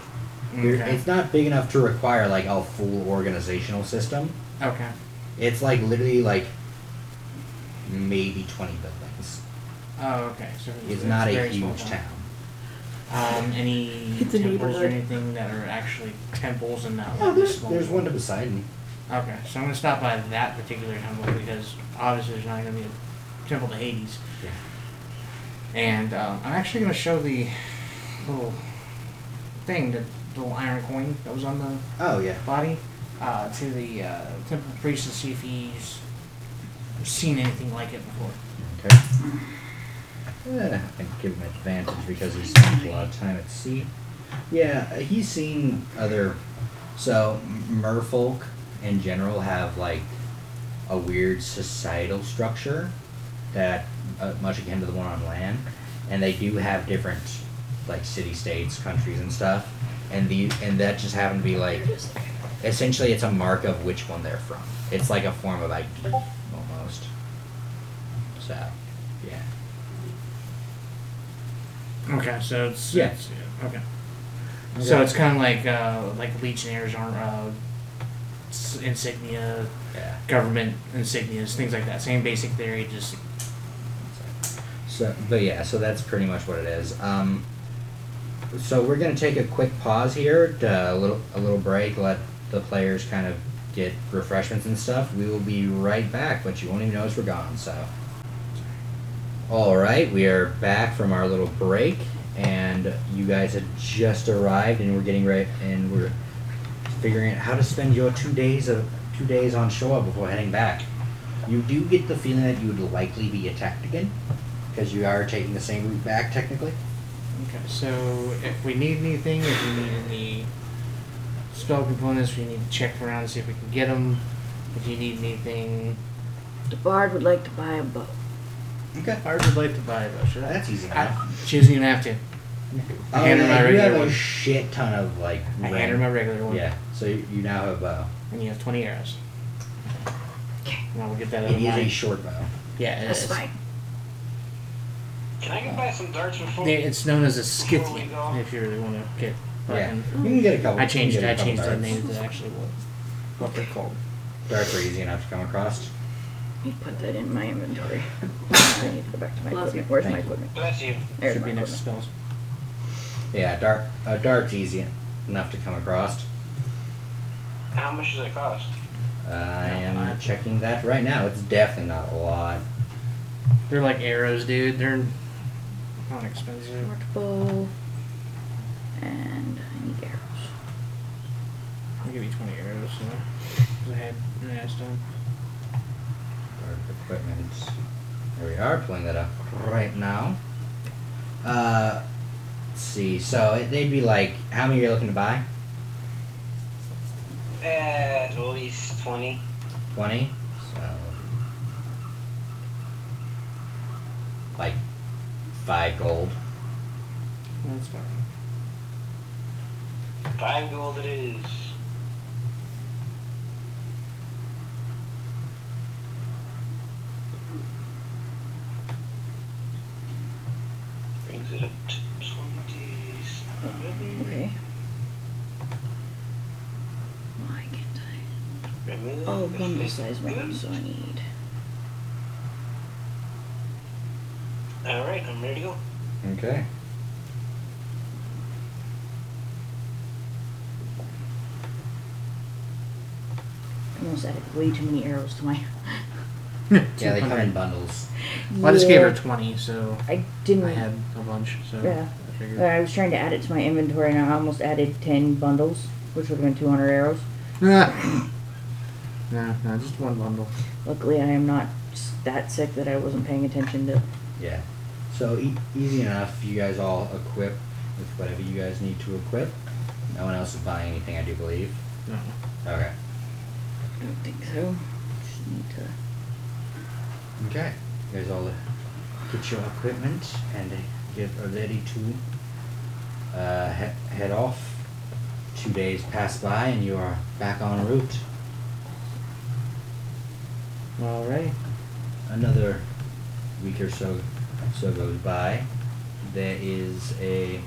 You're- Okay. It's not big enough to require like a full organizational system. Okay. It's like literally like maybe twenty buildings. Oh, okay. So It's not a very small huge town. Um, any It's a temples or neighborhood. anything that are actually temples and not Oh, like there's small- there's one to Poseidon. Okay, so I'm gonna stop by that particular temple because obviously there's not gonna be a temple to Hades. Yeah. And um, I'm actually gonna show the little thing, the little iron coin that was on the Oh yeah. body uh, to the uh, temple priest to see if he's seen anything like it before. Okay. Yeah, I think give him advantage because he's spent a lot of time at sea. Yeah, uh, he's seen other. So m- merfolk in general have like a weird societal structure that uh, much akin to the one on land, and they do have different like city states, countries, and stuff. And the and that just happened to be like essentially it's a mark of which one they're from. It's like a form of ID almost. So, yeah. Okay, so it's Yeah. it's- okay. So it's kind of like uh, like legionnaires aren't uh, s- insignia, Yeah. government insignias, things like that. Same basic theory, just So, but yeah, so that's pretty much what it is. Um, so we're gonna take a quick pause here, to a little a little break, let the players kind of get refreshments and stuff. We will be right back, but you won't even notice we're gone. So. All right, we are back from our little break, and you guys had just arrived, and we're getting ready, and we're figuring out how to spend your two days of two days on shore before heading back. You do get the feeling that you would likely be attacked again, because you are taking the same route back technically. Okay, so if we need anything, if we need any spell components, we need to check around and see if we can get them. If you need anything, The bard would like to buy a bow. Okay, I would like to buy though. Should I? that's easy. enough. I she doesn't even have to. I Oh, hand her yeah, my you have regular a one. shit ton of like. I hand her random- my regular one. Yeah, so you you now have uh, a bow. And you have 20 arrows. Now we'll get that out It of is a mine. short bow. Yeah, it That's is. fine. Can I get buy some darts before? They- It's known as a Scythian, if you really want to get. Yeah. fucking- You can get a couple. I changed you it. can I get a couple changed the darts. name to actually what, what they're called. Darts are easy enough to come across. Let me put that in my (laughs) inventory. I need to go back to my Love equipment. Where's Thank my you. equipment? Bless you. There's Should my be next to equipment. spells. Yeah, dart a dart's easy enough to come across. How much does it cost? I am checking that right now. It's definitely not a lot. They're like arrows, dude. They're not expensive. Short bow. And I need arrows. I'll give you 20 arrows. So. 'cause I had an ass done. Dart equipment. There we are, pulling that up right now. Uh, let's see. So it, they'd be like, how many are you looking to buy? At least twenty. Twenty. So like five gold. That's fine. Five gold it is. Brings it up to twenty. Okay. Why can't I? Remove Oh, the bundle fifth size good. round, so I need. All right, I'm ready to go. Okay. I almost added way too many arrows to my. Yeah, they come 200. in bundles. Well, I just gave her Yeah, 20, so I I didn't. had a bunch. So Yeah. I figured. Uh, I was trying to add it to my inventory, and I almost added ten bundles, which would have been two hundred arrows. no, (laughs) no, just one bundle. Luckily, I am not s- that sick that I wasn't paying attention to. Yeah. So e- easy enough. You guys all equip with whatever you guys need to equip. No one else is buying anything, I do believe. No. Okay. I don't think so. Just need to. Okay. You guys all get your equipment and get ready to uh, he- head off. Two days pass by and you are back en route. All right. Another week or so so goes by. There is a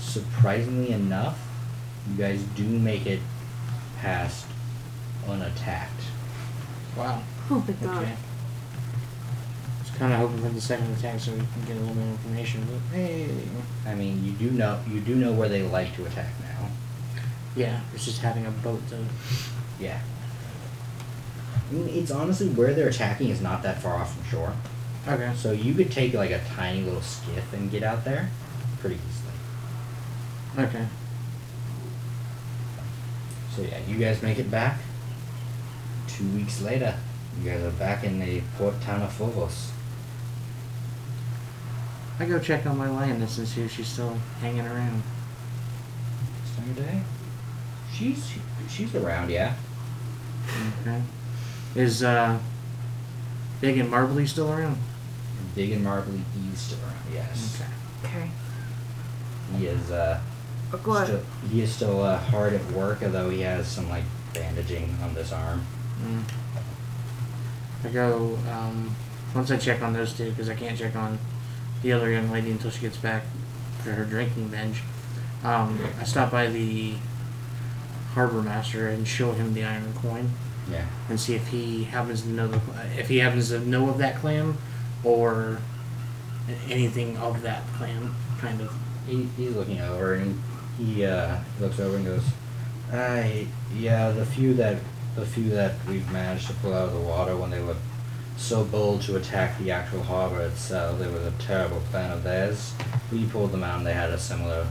surprisingly enough, you guys do make it past unattacked. Wow. Oh my god. Okay. I was kind of hoping for the second attack so we can get a little more information. But hey. I mean, you do know you do know where they like to attack now. Yeah, it's just having a boat though. Yeah. I mean, it's honestly where they're attacking is not that far off from shore, Okay. so you could take like a tiny little skiff and get out there pretty easily. Okay. So yeah, you guys make it back. Two weeks later, you guys are back in the port town of Fovos. I go check on my lioness and see if she's still hanging around. Summer day. She's she's around, yeah. Okay. Is uh, Big and Marbly still around? Big and marbly east around, yes. Okay. Okay. He is uh Oh god. still he is still uh, hard at work, although he has some like bandaging on this arm. Mm. I go um, once I check on those two because I can't check on the other young lady until she gets back for her drinking binge. Um, I stop by the harbor master and show him the iron coin Yeah. and see if he happens to know the, if he happens to know of that clam or anything of that clam kind of. He, he's looking over and he, he uh, looks over and goes, "I yeah, the few that the few that we've managed to pull out of the water when they were so bold to attack the actual harbor itself. It was a terrible plan of theirs. We pulled them out and they had a similar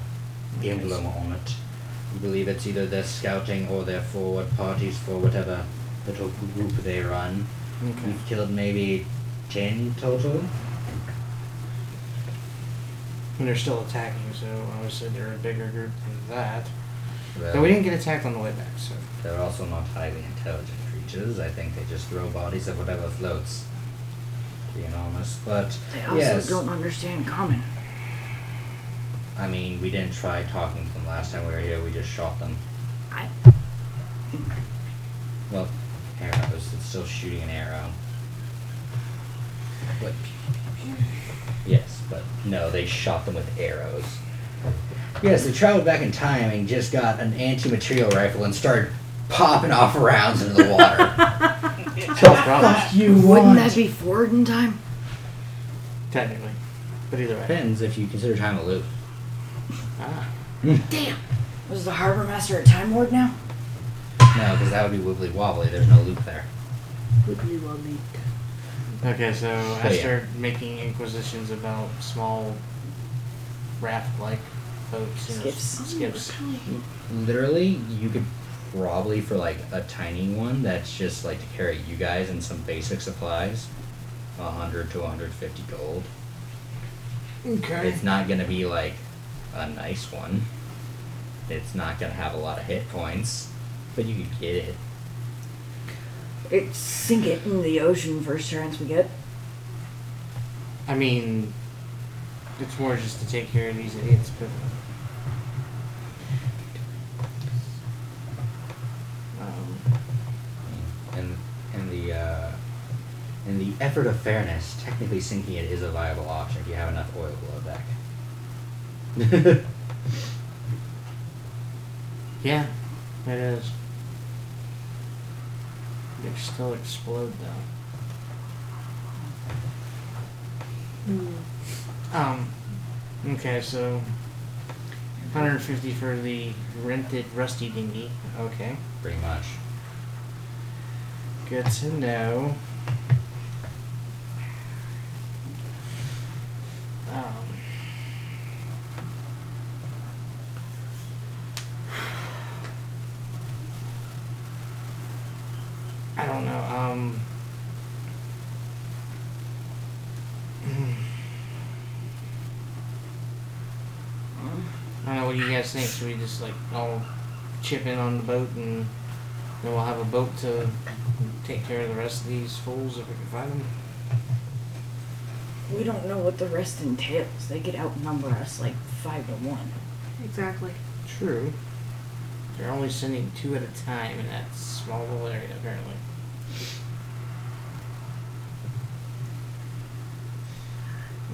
emblem on it. We believe it's either their scouting or their forward parties for whatever little group they run. Okay. We've killed maybe 10 total. And they're still attacking, so obviously they're a bigger group than that. But we didn't get attacked on the way back, so. They're also not highly intelligent creatures. I think they just throw bodies at whatever floats. Being honest, but They also yes, don't understand common. I mean, we didn't try talking to them last time we were here. We just shot them. I- Well, arrows. It's still shooting an arrow. But yes, but no, they shot them with arrows. Yes, they traveled back in time and just got an anti-material rifle and started popping off rounds into the water. Fuck you Wouldn't want? that be forward in time? Technically. But either way. Depends if you consider time a loop. Damn. Was the harbor master a time lord now? No, because that would be wibbly wobbly. There's no loop there. Would be well neat. Okay, so Oh, I yeah. started making inquisitions about small raft like boats. You know, Skiffs. s- skiffs. Literally, you could probably for like a tiny one that's just like to carry you guys and some basic supplies, 100 to 150 gold. Okay. It's not gonna be like a nice one. It's not gonna have a lot of hit points, but you could get it. It sink it in the ocean first chance we get. I mean, it's more just to take care of these idiots, but. Um, And and the uh, in the effort of fairness, technically sinking it is a viable option if you have enough oil below deck. yeah, it is. They still explode though. Mm. Um, okay, so 150 for the rented rusty dinghy. Okay, (laughs) Pretty much. good to know. Um, I don't know. Um, Um, I don't know. What do you guys think? Should we just like all chip in on the boat and then we'll have a boat to take care of the rest of these fools if we can find them? We don't know what the rest entails. They could outnumber us like five to one. Exactly. True. They're only sending two at a time in that small little area, apparently.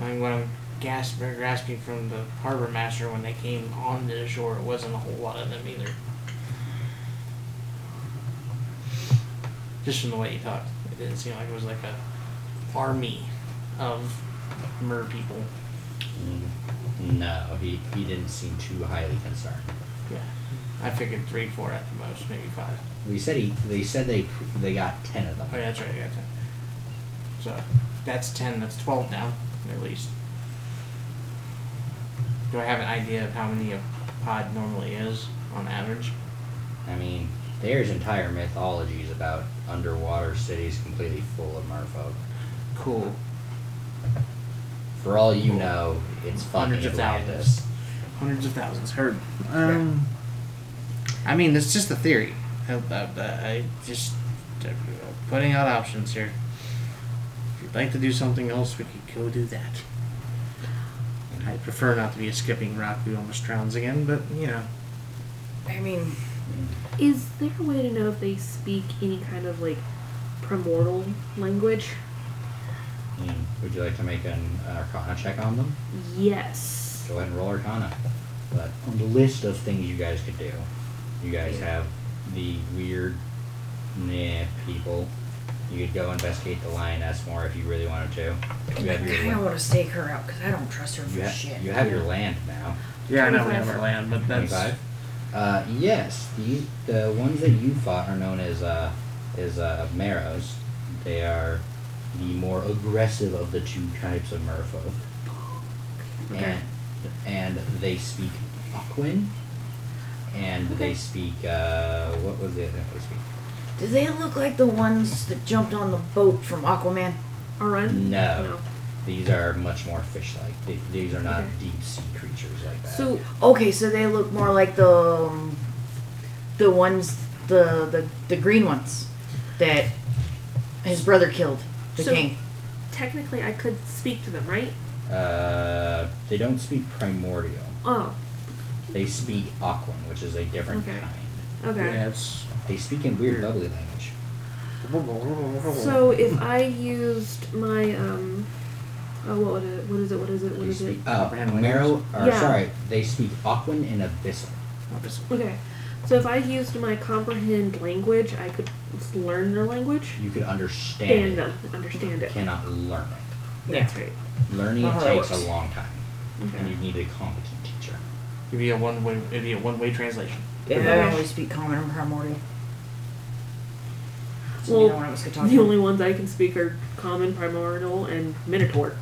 I mean, what I'm gasp- grasping from the harbor master when they came on the shore, it wasn't a whole lot of them either. Just from the way he talked, it didn't seem like it was like a army of mer people. Mm. Mm-hmm. No, he, he didn't seem too highly concerned. Yeah, I figured three, four at the most, maybe five. We said he. They said they they got ten of them. Oh yeah, that's right. I got ten. So that's ten. That's twelve now, at least. Do I have an idea of how many a pod normally is on average? I mean, there's entire mythologies about underwater cities completely full of merfolk. Cool. For all you know, it's fucking Hundreds of Atlantis. Hundreds of thousands. Heard. Um. I mean, it's just a theory. I, I, I just uh, putting out options here. If you'd like to do something else, we could go do that. I prefer not to be a skipping rock who almost drowns again, but you know. I mean, Is there a way to know if they speak any kind of like primordial language? Mm. Would you like to make an Arcana check on them? Yes. Go ahead and roll Arcana. But on the list of things you guys could do, you guys have the weird, nah people. You could go investigate the lioness more if you really wanted to. You I have your kind of want to stake her out because I don't trust her for you, ha- shit. you have your land now. Yeah, I know we 25. have our land, but that's 25. Uh, yes, the, the ones that you fought are known as uh, is uh, Maros. They are the more aggressive of the two types of merfolk. And, and they speak Aquin, and they speak, uh, what was the other thing they speak? Do they look like the ones that jumped on the boat from Aquaman? Alright. No. No. These are much more fish like. Th- These are not Okay. deep sea creatures like that. So Okay, so they look more like the um, the ones the the, the green ones that his brother killed the So- king. technically, I could speak to them, right? uh, they don't speak primordial. Oh, They speak Aquan, which is a different Okay. kind. okay. Yes. They speak in weird bubbly language. So if I used my um, oh, what would it? What is it? What is it? What They is it? speak uh, Comprehend Mero, or Yeah. sorry, they speak Aquan and Abyssal. Okay. So if I used my comprehend language, I could s- learn their language You could understand and it, uh, understand it. cannot learn it. That's right. Learning Not it how that takes a works. long time, and Uh-huh. Okay. you need a competent teacher. It'd be a one way. It'd be a one way translation. Yeah, they only speak common or primordial. So Well, you know what I was talking The only ones I can speak are common, primordial, and minotaur.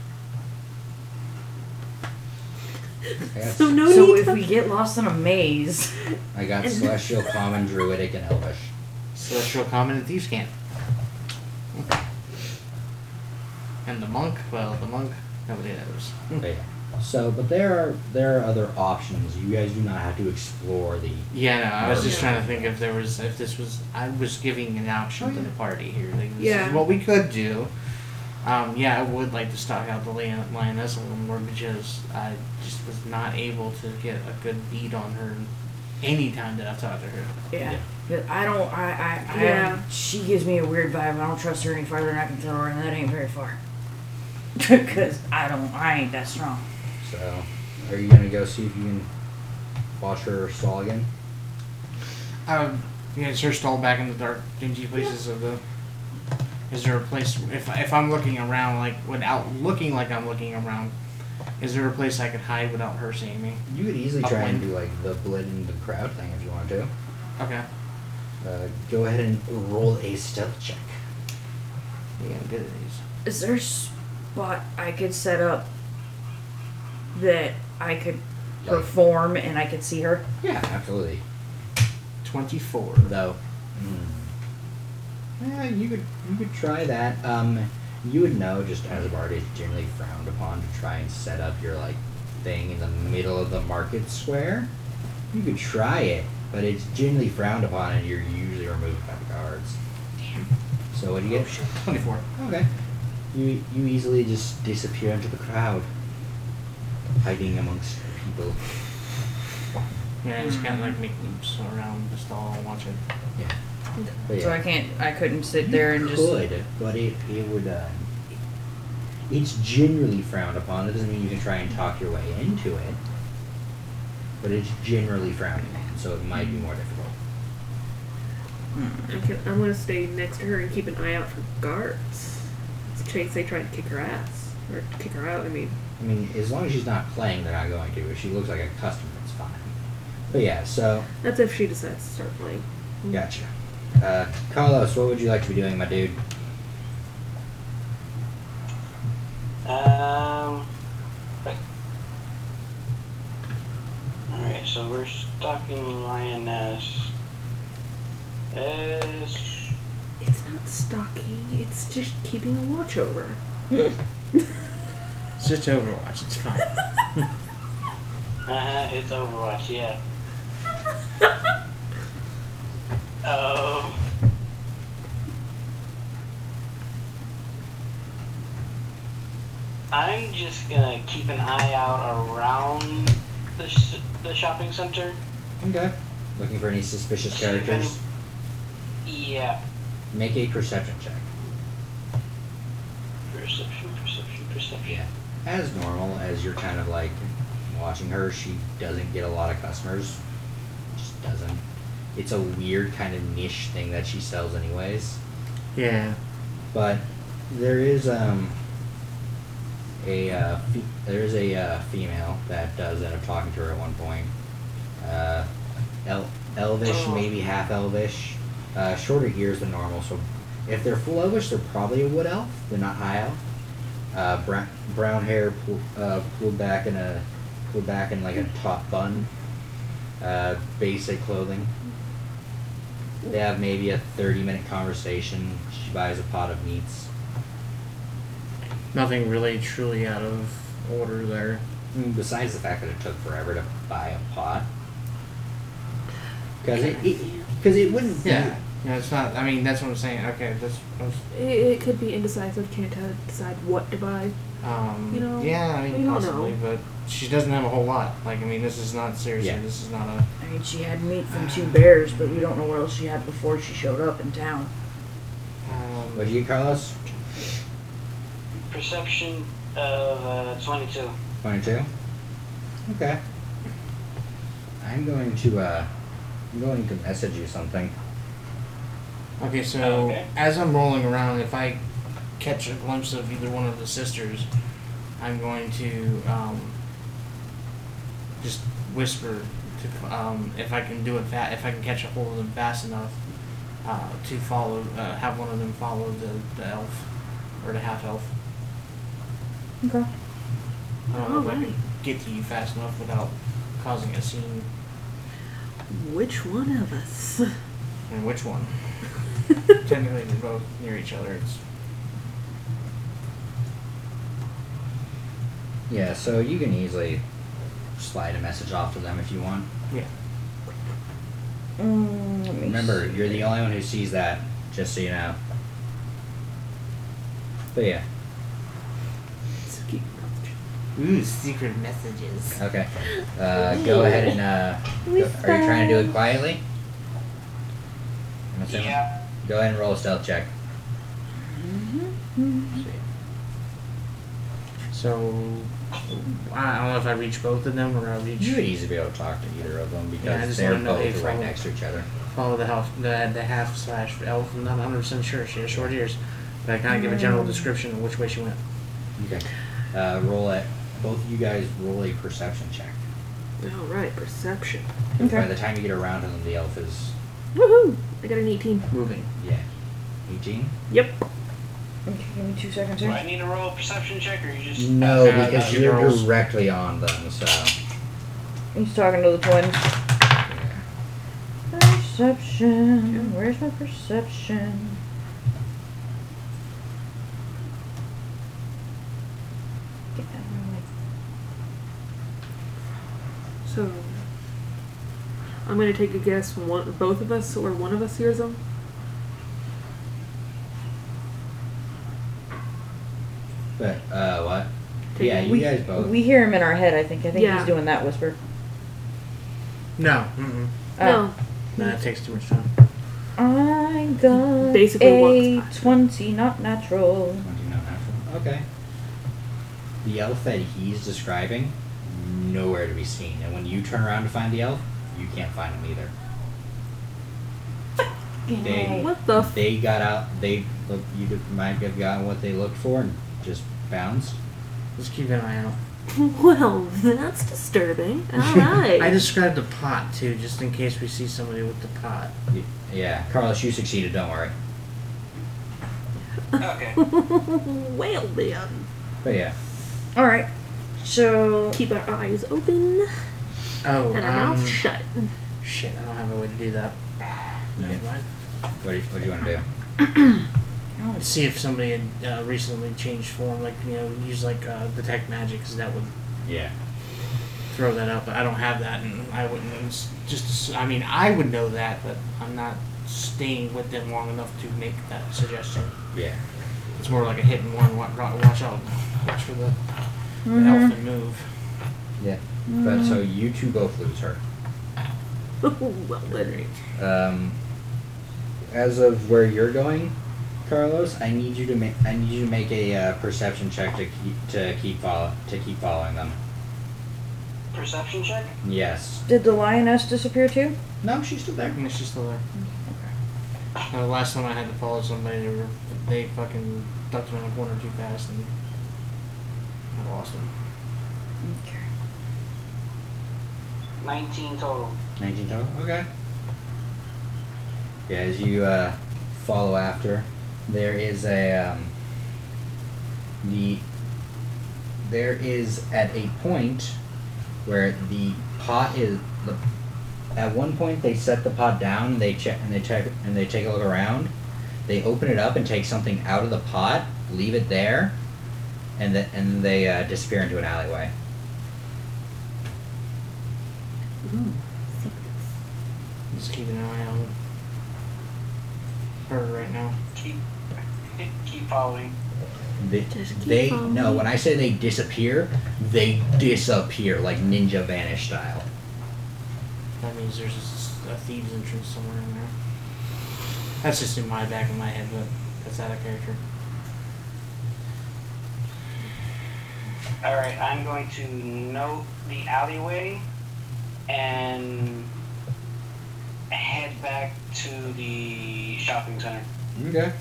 I got, So no So need. if to- we get lost in a maze, I got celestial, common, druidic, and elvish. Celestial common and thieves camp. And the monk. Well, the monk. Nobody knows. But yeah. So, but there are there are other options. You guys do not have to explore the Yeah, no, I was just Yeah. trying to think if there was if this was I was giving an option to the party here. Like this Oh, Yeah. is what we could do. Um, yeah, I would like to stock out the lion- lioness a little more because I just was not able to get a good beat on her any time that I've talked to her. yeah. But I don't. I. I. I Yeah. She gives me a weird vibe. I don't trust her any farther than I can throw her, and that ain't very far. (laughs) Cause I don't. I ain't that strong. So, are you gonna go see if you can watch her stall again? Um, yeah, is her stall back in the dark, dingy places of the? Is there a place if if I'm looking around like without looking like I'm looking around? Is there a place I could hide without her seeing me? You could easily try and Upwind. do like the blend into the crowd thing if you want to. Okay. Uh, go ahead and roll a stealth check. Yeah, I'm good at these. Is there a spot I could set up that I could Like- perform and I could see her? Yeah. Absolutely. 24. Though, mm, yeah, you could you could try that. Um, you would know just as a bard, it's generally frowned upon to try and set up your like thing in the middle of the market square. You could try it, but it's generally frowned upon, and you're usually removed by the guards. Damn. So what do you get? 24. Okay. You you easily just disappear into the crowd, hiding amongst people. Yeah, it's kind of like me oops around the stall watching. Yeah. But So I Oh, yeah, can't. I couldn't sit there and just. could, but it it would. Um, it's generally frowned upon. It doesn't mean you can try and talk your way into it, but it's generally frowned upon, so it might be more difficult. I can, I'm gonna stay next to her and keep an eye out for guards. In case they try to kick her ass or kick her out. I mean, I mean, as long as she's not playing, they're not going to. If she looks like a customer, it's fine. But yeah, so that's if she decides to start playing. Mm-hmm. gotcha. Uh, Carlos, what would you like to be doing, my dude? Um. Alright, so we're stalking Lioness. Is. It's not stalking. It's just keeping a watch over. her. It's just Overwatch, it's (laughs) fine. Uh, it's Overwatch, yeah. oh. I'm just gonna keep an eye out around the, sh- the shopping center. Okay. Looking for any suspicious characters? Yeah. Make a perception check. Perception, perception, perception. Yeah. As normal, as you're kind of like watching her, she doesn't get a lot of customers. Just doesn't. It's a weird kind of niche thing that she sells, anyways. Yeah. But there is um a uh, fe- there is a uh, female that does end up talking to her at one point. Uh, el- elvish, Oh. maybe half elvish, uh, shorter ears than normal, so If they're full elvish, they're probably a wood elf. They're not high elf. Uh, brown, brown hair pull, uh, pulled back in a pulled back in like a top bun. Uh, basic clothing. They have maybe a thirty-minute conversation. She buys a pot of meats. Nothing really truly out of order there. Mm, Besides the fact that it took forever to buy a pot, because it because it, wouldn't be Yeah. Yeah, it's not. I mean, that's what I'm saying. Okay, that's. that's, It, it could be indecisive. Can't t- decide what to buy. Um, You know, yeah, I we mean, don't possibly, but she doesn't have a whole lot. Like, I mean, this is not seriously. Yeah. This is not a. I mean, she had meat from two bears, but we don't know what else she had before she showed up in town. Um, What do you, Carlos? Perception of uh, 22. 22? Okay. I'm going to, uh, I'm going to message you something. Okay, so Okay. as I'm rolling around, if I catch a glimpse of either one of the sisters, I'm going to um, just whisper to um, if I can do it fast, if I can catch a hold of them fast enough uh, to follow, uh, have one of them follow the, the elf or the half elf. Okay. I don't know if I can Alright. get to you fast enough without causing a scene. Which one of us? And which one? Technically, they're both near each other. It's Yeah, so you can easily slide a message off to them if you want. yeah. Mm, let me Remember, see. you're the only one who sees that, just so you know. But yeah, Ooh, secret messages. okay. Uh, go ahead and, uh, go- are you trying to do it quietly? I'm assuming? Yeah. Go ahead and roll a stealth check. So I I don't know if I reach both of them or I You would reach easily be able to talk to either of them because Yeah, I just they're wanna know both if right I'll- next to each other. follow the half the, the half slash elf. I'm not 100 percent sure. She has short ears, but I kind of give a general description of which way she went. Okay. Uh, roll it. Both of you guys roll a perception check. All right, perception. By the time you get around to them, the elf is Woohoo! I got an 18. Moving. yeah, eighteen. Yep. Okay, give me two seconds Do here. I need to roll a perception check or you just. No, Uh, because no, you're girls. directly on them. So He's talking to the twins. yeah. Perception. Where's my perception? Get out of my way. So I'm gonna take a guess. One, both of us, or one of us hears them. but uh, what? Take yeah, it. you we, guys both. we hear him in our head, I think. I think Yeah. he's doing that whisper. No. Mm. Mm-mm. Uh, no. Nah, it takes too much time. I got Basically a walks 20, not natural. Twenty, not natural. Okay. The elf that he's describing, nowhere to be seen. And when you turn around to find the elf, you can't find him either. Dang. What? What the? F- They got out. They look. You d- might have gotten what they looked for and just bounced. Just keep an eye out. (laughs) well, that's disturbing. All right. I described the pot too, just in case we see somebody with the pot. Y- Yeah, Carlos, you succeeded. Don't worry. Okay. (laughs) well then, But yeah, Alright. So, keep our eyes open Oh, and our um, mouths shut. (laughs) shit! I don't have a way to do that. Never mind. what do you, what do you want to do? Mm. Let's see if somebody had uh, recently changed form, like you know, use like uh, detect magic, because that would Yeah. throw that up. I don't have that, and I wouldn't. it's Just, I mean, I would know that, but I'm not staying with them long enough to make that suggestion. Yeah. It's more like a hit and one. Watch, watch out, watch for the, the elf and move. Yeah. Mm. But so you two both lose her. well then, Um, as of where you're going, Carlos, I need you to make I need you to make a uh, perception check to keep to keep follow to keep following them. Perception check? Yes. did the lioness disappear too? No, she's still there. And it's just still there. Now, the last time I had to follow somebody, they, were, they fucking ducked around a corner too fast, and I lost them. Okay. 19 total. Nineteen total. Okay. Yeah, as you uh, follow after, There is a um, the there is at a point where the pot is the, at one point they set the pot down they check and they check and they take a look around they open it up and take something out of the pot leave it there and then and they uh, disappear into an alleyway Just keep an eye on her right now. Keep, (laughs) keep following. they, Just keep they on no me. when i say they disappear they disappear like ninja vanish style That means there's a, s- a thieves entrance somewhere in there. That's just in my back of my head, but that's out of character. All right, I'm going to note the alleyway and head back to the shopping center. okay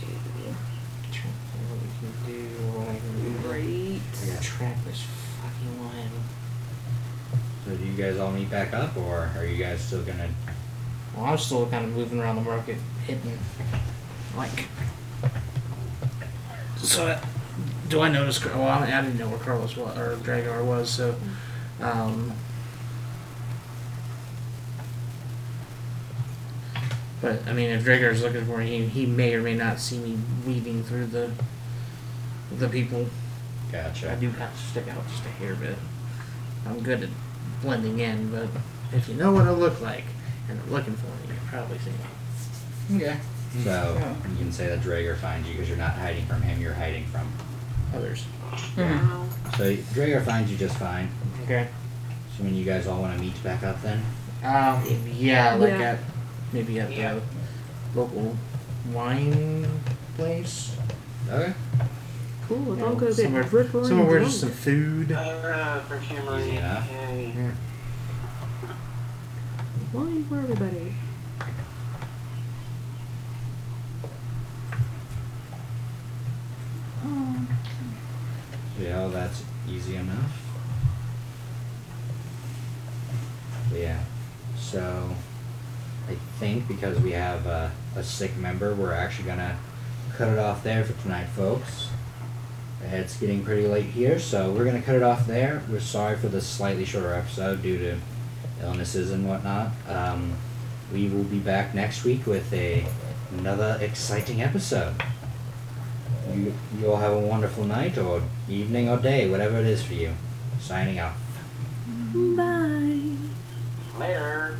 Trying to think what we can do, what I can do. Great. Track this fucking lion. so do you guys all meet back up or are you guys still gonna Well, I'm still kind of moving around the market, hitting, like. So, uh, do I notice? Car- Well, I I didn't know where Carlos was or Dragar was, so. Um, but I mean, if Dragar's looking for me, he, he may or may not see me weaving through the the people. I gotcha do kind of stick out just a hair bit. I'm good at blending in, but if you know what I look like and are looking for me, you probably see me. okay so you can say that Drager finds you because you're not hiding from him you're hiding from Others. Wow. So Drager finds you just fine. Okay. So when you guys all want to meet back up then? Um, yeah, like Yeah. at maybe at Yeah. the local wine place. Okay. Cool. Yeah, Don't go get somewhere- rip roaring Somewhere where drunk. there's some food. Uh, perfumery. Easy enough. Yay. Wine for everybody. Yeah, well, that's easy enough. But yeah. So I think because we have uh, a sick member, we're actually gonna cut it off there for tonight, folks. It's getting pretty late here, so we're gonna cut it off there. We're sorry for the slightly shorter episode due to illnesses and whatnot. Um, we will be back next week with a another exciting episode. You, you all have a wonderful night or evening or day, whatever it is for you. Signing off. Bye. Later.